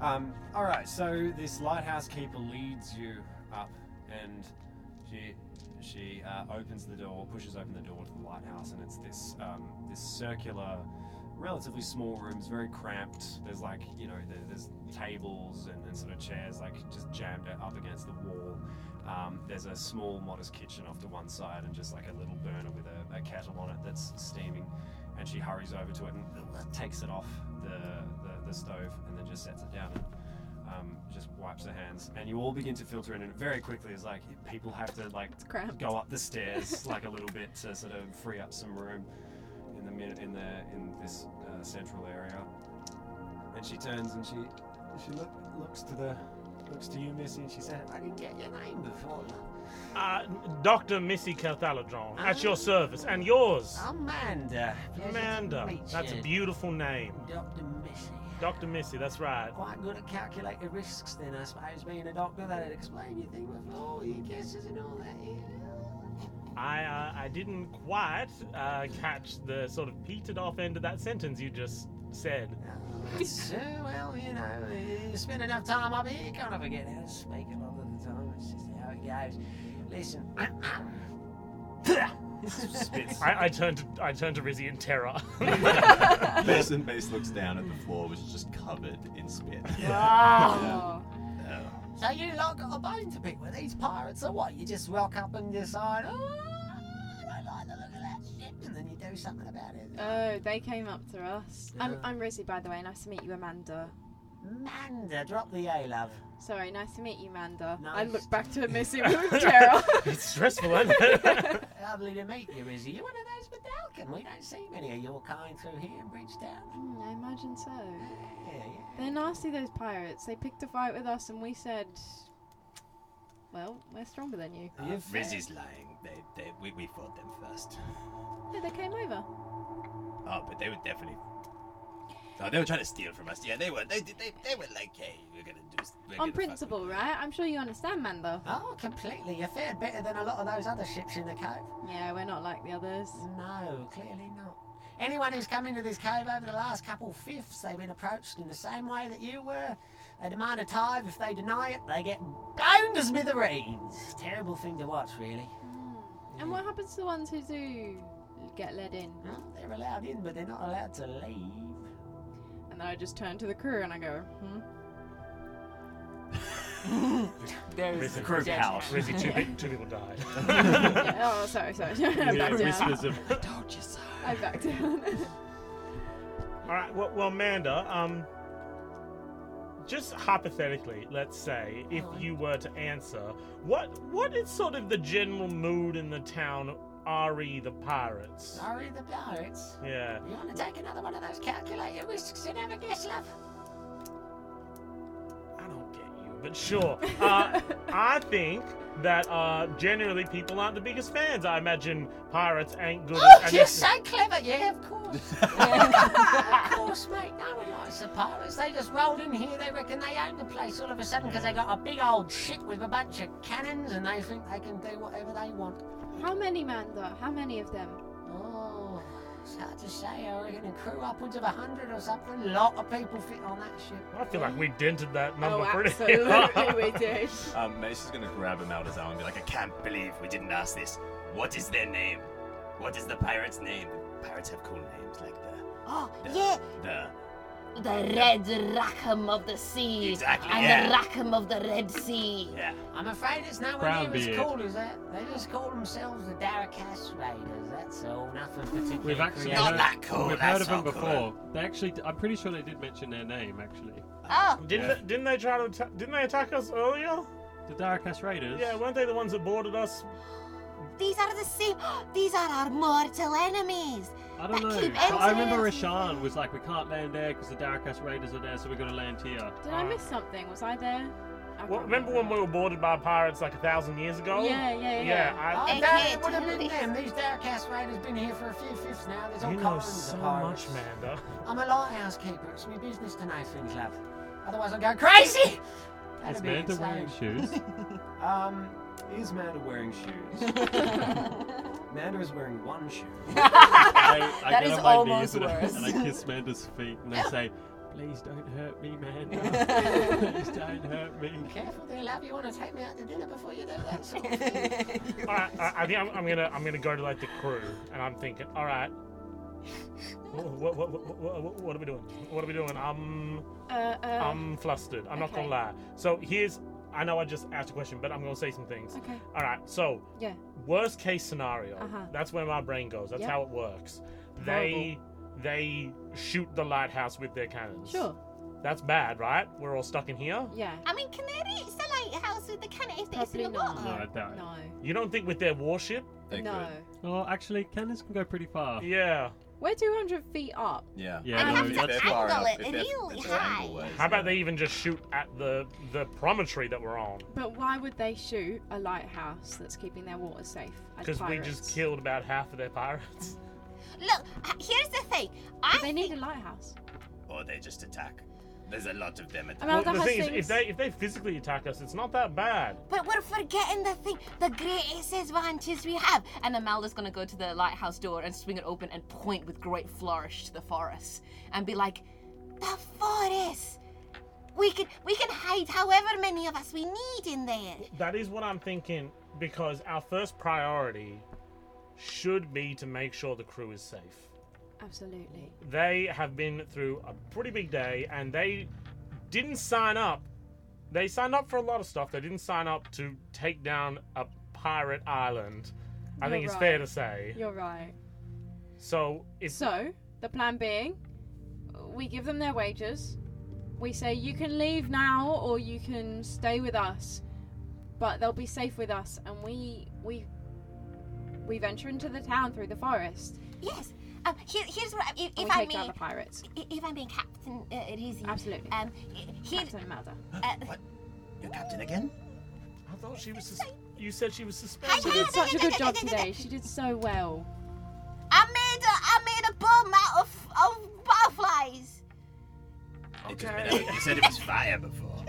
um, all right. So this lighthouse keeper leads you up, and she she uh, opens the door, pushes open the door to the lighthouse, and it's this um, this circular, relatively small rooms, very cramped. There's like you know there, there's tables and, and sort of chairs like just jammed up against the wall. Um, there's a small, modest kitchen off to one side, and just like a little burner with a, a kettle on it that's steaming. And she hurries over to it and uh, takes it off the, the, the stove, and then just sets it down and um, just wipes her hands. And you all begin to filter in, and it very quickly is like people have to like cramped. go up the stairs like a little bit to sort of free up some room in the mid in the in this uh, central area. And she turns and she she look, looks to the looks to you, Missy, and she said, I didn't get your name before. love. Uh, Dr. Missy Carthaladron, at your service, and yours. Ah. Amanda. Pleasure to Amanda, meet that's a you. beautiful name. Dr. Missy. Dr. Missy, that's right. quite good at calculating risks then, I suppose, being a doctor. That'd explain your thing with all your guesses and all that. Yeah. I uh, I didn't quite uh, catch the sort of petered off end of that sentence you just said. So, well, you know, you spend enough time up here, you kind of forget how to speak a lot of the time. It's just how it goes. Listen. Spits. I, I turned to I turned to Rizzy in terror. Mason Base looks down at the floor, which is just covered in spit. Oh. Yeah. So you lot got a bone to pick with these pirates, or what? You just walk up and decide, oh, I don't like the look of that ship, and then you do something about it. Oh, they came up to us. I'm, Yeah. I'm Rizzy, by the way. Nice to meet you, Amanda. Manda, drop the A, love. Sorry, nice to meet you, Manda. I Nice looked to back to Missy with terror. it's stressful, isn't it? Lovely to meet you, Izzy. You're one of those Medallican. We don't see many of your kind through here in Bridgetown. Hmm, I imagine so. Yeah, yeah. They're nasty, those pirates. They picked a fight with us, and we said, "Well, we're stronger than you." Uh, You're fair. Rizzy's lying. They, they, we, we fought them first. Yeah, they came over. Oh, but they were definitely. Oh, they were trying to steal from us. Yeah, they were. They, did- they, they were like, hey, we're gonna do. s- We're On gonna fuck principle, with- right? I'm sure you understand, Manda. Oh, completely. You fared better than a lot of those other ships in the cove. Yeah, we're not like the others. No, clearly not. Anyone who's come into this cove over the last couple fifths, they've been approached in the same way that you were. They demand a tithe. If they deny it, they get blown to smithereens. Terrible thing to watch, really. And what happens to the ones who do get let in? Well, they're allowed in, but they're not allowed to leave. And then I just turn to the crew and I go, "Hmm." There's the crew out. Rizzy, two, pe- two people died. Yeah, oh, sorry, sorry. I Yeah, back down. whispers of, I back down. All right. Well, well Amanda, um, just hypothetically, let's say if you were to answer, what what is sort of the general mood in the town? Re the pirates. Sorry, the pirates. Yeah. You want to take another one of those calculator risks and have a guess, love? I don't get you, but sure. Uh, I think that uh, generally people aren't the biggest fans. I imagine pirates ain't good. Oh, at- you're so clever. Yeah, of course. Yeah, of course, mate. No one likes the pirates. They just rolled in here. They reckon they own the place all of a sudden because they got a big old ship with a bunch of cannons and they think they can do whatever they want. How many, Manda? How many of them? Oh, it's hard to say. I reckon a crew upwards of a hundred or something. A lot of people fit on that ship. I feel like we dented that number Oh, pretty absolutely, we did. Um, Mason's gonna grab him out his arm and be like, Like, I can't believe we didn't ask this. What is their name? What is the pirate's name? Pirates have cool names like the Oh, the yeah, the. oh, the red rackham of the sea. Exactly, And the yeah. rackham of the Red Sea. Yeah. I'm afraid it's nowhere Brown near as beard. cool as that. They just call themselves the Darakas Raiders. That's all. Nothing particularly. We've actually creative. Not heard, that cool, We've that's heard of them not cool. before. They actually, I'm pretty sure they did mention their name. Actually, Oh, Didn't, they, didn't they try to atta- didn't they attack us earlier? the Darakas Raiders. Yeah, weren't they the ones that boarded us? these are the same. These are our mortal enemies. I don't that know. keep but I remember entering. Rashan was like, "We can't land there because the Darakas Raiders are there, so we got to land here." Did I miss something? Was I there? I Well, can't remember when we were boarded by pirates like a thousand years ago? Yeah, yeah, yeah. Oh, Yeah. Oh, They damn, can't it would have do been this. them. These Darkcast Raiders been here for a few fifths now. There's I, all you know kinds so of much, pirates. Manda. I'm a lighthouse keeper. It's my business to know things, love. Otherwise, I'll go crazy. That'd Is be Manta insane. wearing shoes? Um, is Manda wearing shoes? Manda is wearing one shoe. I, I That get is on my almost knees and I, worse. and I kiss Manda's feet and I say, "Please don't hurt me, Manda. Please don't hurt me." Careful there, love. You want to take me out to dinner before you do that sort of thing. All right, I, I think I'm, I'm gonna I'm gonna go to like the crew, and I'm thinking, all right, what what, what, what, what- what are we doing? What are we doing? I'm Uh, uh, I'm flustered. I'm not gonna okay. lie. So here's I know I just asked a question, but I'm gonna say some things. okay. All right, so Yeah. worst case scenario. Uh-huh. That's where my brain goes. That's Yep. how it works. They they shoot the lighthouse with their cannons. Sure. That's bad, right? We're all stuck in here. Yeah. I mean, can they reach the lighthouse with the cannon if it's in Probably the not. No, I water? doubt. it. No. You don't think with their warship? they No. could. Oh, actually, cannons can go pretty far. Yeah. We're 200 feet up. Yeah. Yeah, I no, have if to they're angle far enough, it if they're- really if they're high. angle-wise, How about yeah. they even just shoot at the the promontory that we're on? But why would they shoot a lighthouse that's keeping their water safe? as Because we just pirates? killed about half of their pirates. Look, h- here's the thing. I But they need a think- lighthouse. Or they Oh, just attack. There's a lot of them at the Amalda the has thing is, things. if they if they physically attack us, it's not that bad. But we're forgetting the thing, the greatest advantage we have. And Amalda's gonna go to the lighthouse door and swing it open and point with great flourish to the forest and be like, "The forest. We can we can hide however many of us we need in there." That is what I'm thinking because our first priority should be to make sure the crew is safe. Absolutely. They have been through a pretty big day and they didn't sign up. They signed up for a lot of stuff. They didn't sign up to take down a pirate island. I think You're it's fair right. to say. You're right. So if So, the plan being, we give them their wages. We say, you can leave now or you can stay with us, but they'll be safe with us. And we, we, we venture into the town through the forest. Yes. Um, here, here's what I- if, And if we I take may, down the pirates. i- if I may, Captain uh, Rizzi. Absolutely. Um, i- here, Captain Malda. uh, You're captain again? I thought she was sus- you said she was I suspended. She did such a good job today. She did so well. I made a I made a bomb out of of butterflies. It just made out- you said it was fire before.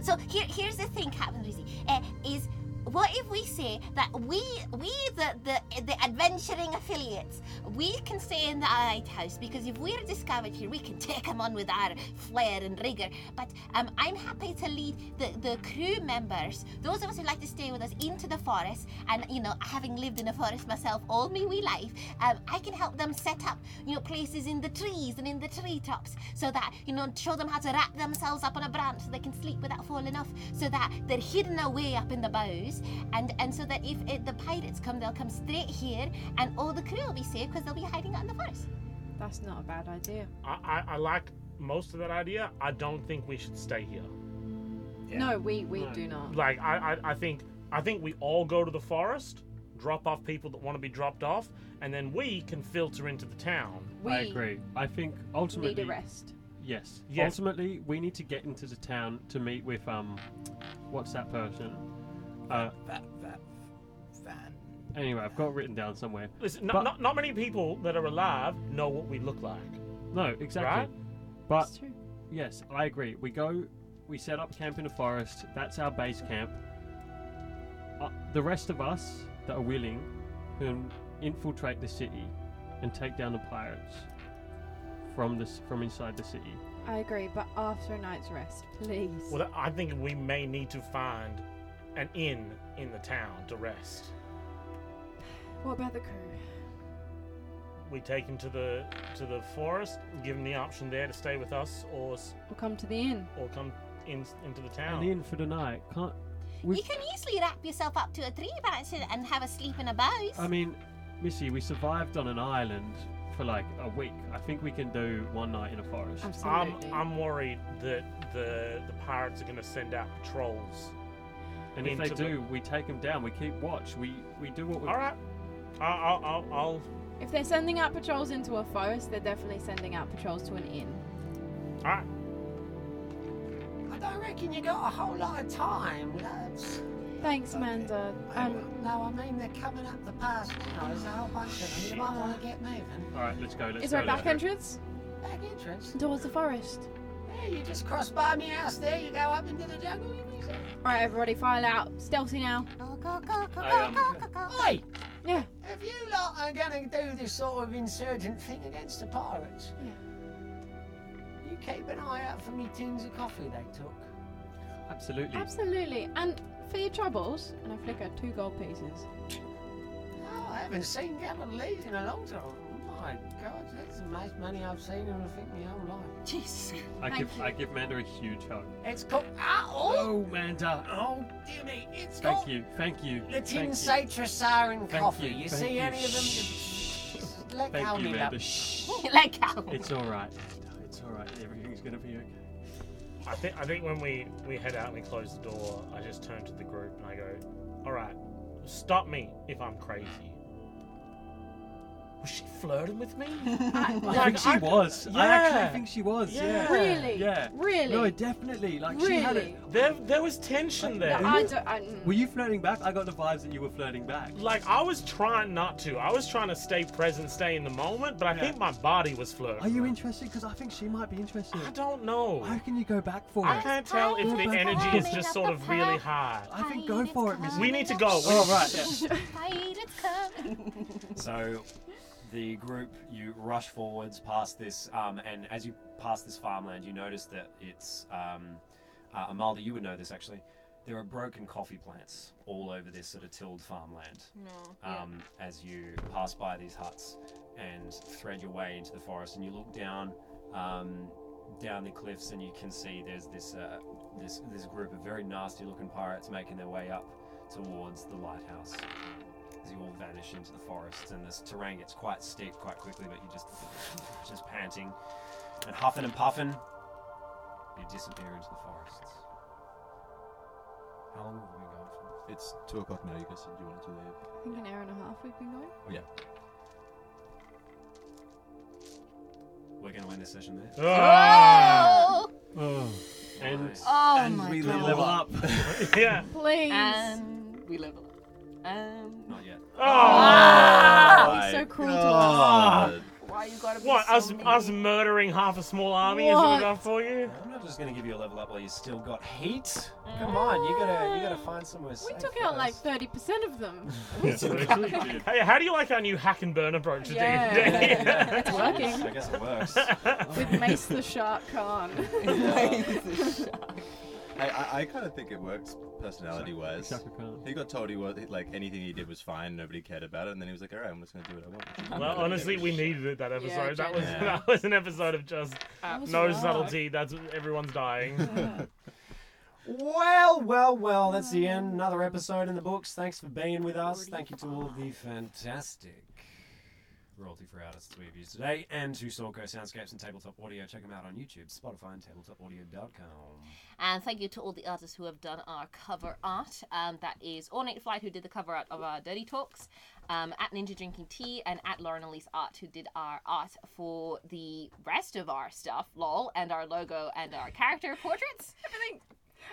So here, here's the thing, Captain Lucy. Uh, is what if we say that we, we the, the the adventuring affiliates, we can stay in the lighthouse because if we're discovered here, we can take them on with our flair and rigor. But um, I'm happy to lead the, the crew members, those of us who like to stay with us, into the forest. And you know, having lived in a forest myself all my wee life, um, I can help them set up, you know, places in the trees and in the treetops, so that you know, show them how to wrap themselves up on a branch so they can sleep without falling off, so that they're hidden away up in the boughs, and and so that if uh the pirates come, they'll come straight here, and all the crew will be safe because they'll be hiding out in the forest. That's not a bad idea. I, I, I like most of that idea. I don't think we should stay here. Yeah. No, we, we do not. Like I, I, I think I think we all go to the forest, drop off people that want to be dropped off, and then we can filter into the town. We I agree. I think need ultimately, a rest. yes. Yes. Ultimately, we need to get into the town to meet with um, what's that person? Uh, That, that van. anyway, I've got it written down somewhere. Listen, But- not, not, not many people that are alive know what we look like. No, exactly. Right? But It's true. Yes, I agree. We go, we set up camp in the forest. That's our base camp. Uh, the rest of us that are willing can infiltrate the city and take down the pirates from this from inside the city. I agree, but after a night's rest, please. Well, I think we may need to find an inn in the town to rest. What about the crew? We take him to the to the forest, give him the option there to stay with us or s- We'll come to the inn. or come in, into the And town. in for the night. Can't we? You can easily wrap yourself up to a tree branch and- and have a sleep in a boughs. I mean, Missy, we survived on an island for like a week. I think we can do one night in a forest. I'm Absolutely. I'm worried that the the pirates are going to send out patrols. and if they into the- do, we take them down. We keep watch. We we do what we. All right, I'll I'll, I'll, I'll If they're sending out patrols into a forest, they're definitely sending out patrols to an inn. all right. I don't reckon you got a whole lot of time, lads. Thanks, Amanda. Um, No, I mean they're coming up the pass now. There's a whole bunch of them. You might want to get moving. All right, let's go. Let's is go. there a let's back go. entrance? Back entrance. Towards the forest. Yeah, you just cross by me house there. You go up into the jungle. You be safe. Alright, everybody, file out. Stealthy now. Go, go, go, go, I, um, go, go, go, go. Oi! Yeah. If you lot are going to do this sort of insurgent thing against the pirates, Yeah. you keep an eye out for me tins of coffee they took. Absolutely. Absolutely. And for your troubles, and I flick out two gold pieces. Oh, I haven't seen Gavin Lees in a long time. My God, that's the most money I've seen in I think my whole life. Jesus. I Thank give you. I give Manda a huge hug. It's called. Oh, Oh, Manda! oh, dear me, it's Thank called you, thank you. the tin thank citrussarin Thank coffee. you, You, thank see you. any of them? Shh. Just Let Thank go you, me Manda. that. Shh. Let go. It's all right. It's all right. Everything's gonna be okay. I think I think when we we head out and we close the door, I just turn to the group and I go, "All right, stop me if I'm crazy. Was she flirting with me? I think she I- was. I actually yeah. think she was. Yeah. Yeah. Really? Yeah. Really? No, definitely. Like she had it. Really? There, there was tension there. I don't. I, mm. Were you flirting back? I got the vibes that you were flirting back. like I was trying not to. I was trying to stay present, stay in the moment, but I think my body was flirting. Are you interested? Because I think she might be interested. I don't know. How can you go back for I it? can't tell if the Go back energy for is it. just sort of really high. I think go for it, Miss. We need to go. We- Oh right. Yeah. So the group, you rush forwards past this, um, and as you pass this farmland, you notice that it's um, uh, Amalda. You would know this actually. There are broken coffee plants all over this sort of tilled farmland. Um, As you pass by these huts and thread your way into the forest, and you look down um, down the cliffs, and you can see there's this uh, this this group of very nasty-looking pirates making their way up towards the lighthouse as you all vanish into the forest and this terrain gets quite steep quite quickly but you just just panting and huffing and puffing you disappear into the forests how long have we been going for It's two o'clock now. You guys said you wanted to leave. I think an hour and a half we've been going. we're going to end this session there Ah! Oh, Oh, and oh and my we god. level up. yeah. Please. And we level up. Um, not yet Oh. He's so cruel God. why you gotta be What? so Us, mean? us murdering half a small army What? isn't enough for you? i'm not just going to give you a level up while you still got heat come on you gotta you gotta find somewhere to us. safe Mm. We took for out like us. thirty percent of them. Hey, how do you like our new hack and burn approach to D&D? yeah. it's i working. guess it works With Mace the Shark Khan. I, I, I kind of think it works personality wise. Shaka Khan. He got told he was like anything he did was fine, nobody cared about it, and then he was like, "All right, I'm just gonna do what I want." Well, honestly, we needed it that episode. that was genuinely. that was an episode of just That was no rough. subtlety. That's everyone's dying. Well, well, Oh, well, that's the end. Another episode in the books. Thanks for being with us. Thank you to all of the fantastic royalty free artists we've used today and to Sorco Soundscapes and Tabletop Audio. Check them out on YouTube, Spotify, and tabletopaudio.com. And thank you to all the artists who have done our cover art. Um, that is Ornate Flight, who did the cover art of our Dirty Talks, um, at Ninja Drinking Tea, and at Lauren Elise Art, who did our art for the rest of our stuff, lol, and our logo and our character portraits. Everything.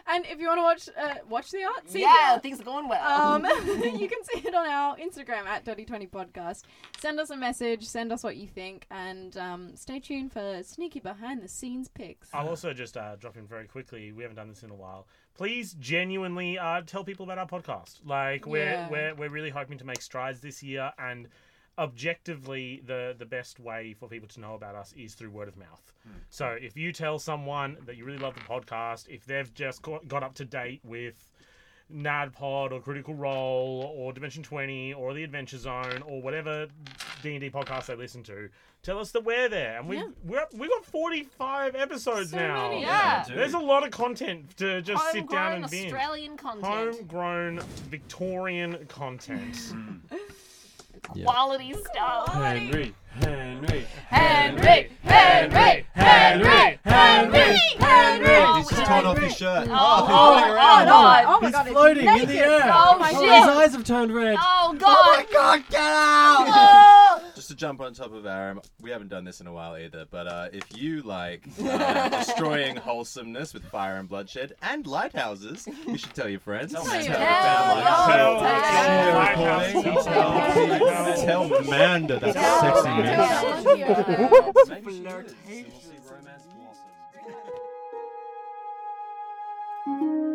And if you want to watch uh, watch the art, see the yeah, art. things are going well. Um, you can see it on our Instagram at Dirty Twenty Podcast. Send us a message. Send us what you think, and um, stay tuned for sneaky behind the scenes pics. I'll also just uh, drop in very quickly. We haven't done this in a while. Please genuinely uh, tell people about our podcast. Like we're Yeah. we're we're really hoping to make strides this year, and objectively, the the best way for people to know about us is through word of mouth. Hmm. So if you tell someone that you really love the podcast, if they've just got, got up to date with NADPod or Critical Role or Dimension 20 or The Adventure Zone or whatever D&D podcast they listen to, tell us that we're there. And we Yeah. we're, we've got 45 episodes So now. many. yeah. Dude. There's a lot of content to just sit Homegrown down and binge. Australian content. Homegrown Victorian content. Quality stuff. Henry. Henry. Henry! Henry! Henry. Henry! Henry! He's just torn off his shirt. Oh, floating oh, around. oh, no. my He's god, it's floating in the naked. air. Oh, my shit. His eyes have turned red. Oh, God! God, get out! Oh. Just to jump on top of Aram, we haven't done this in a while either, but uh, if you like uh, destroying wholesomeness with fire and bloodshed and lighthouses, you should tell your friends. Tell Tell, me. tell, Yeah. Tell- Yeah. Lighthouse Tell- people. tell- tell Manda that sexy man. Maybe she is. And we'll see romance blossom.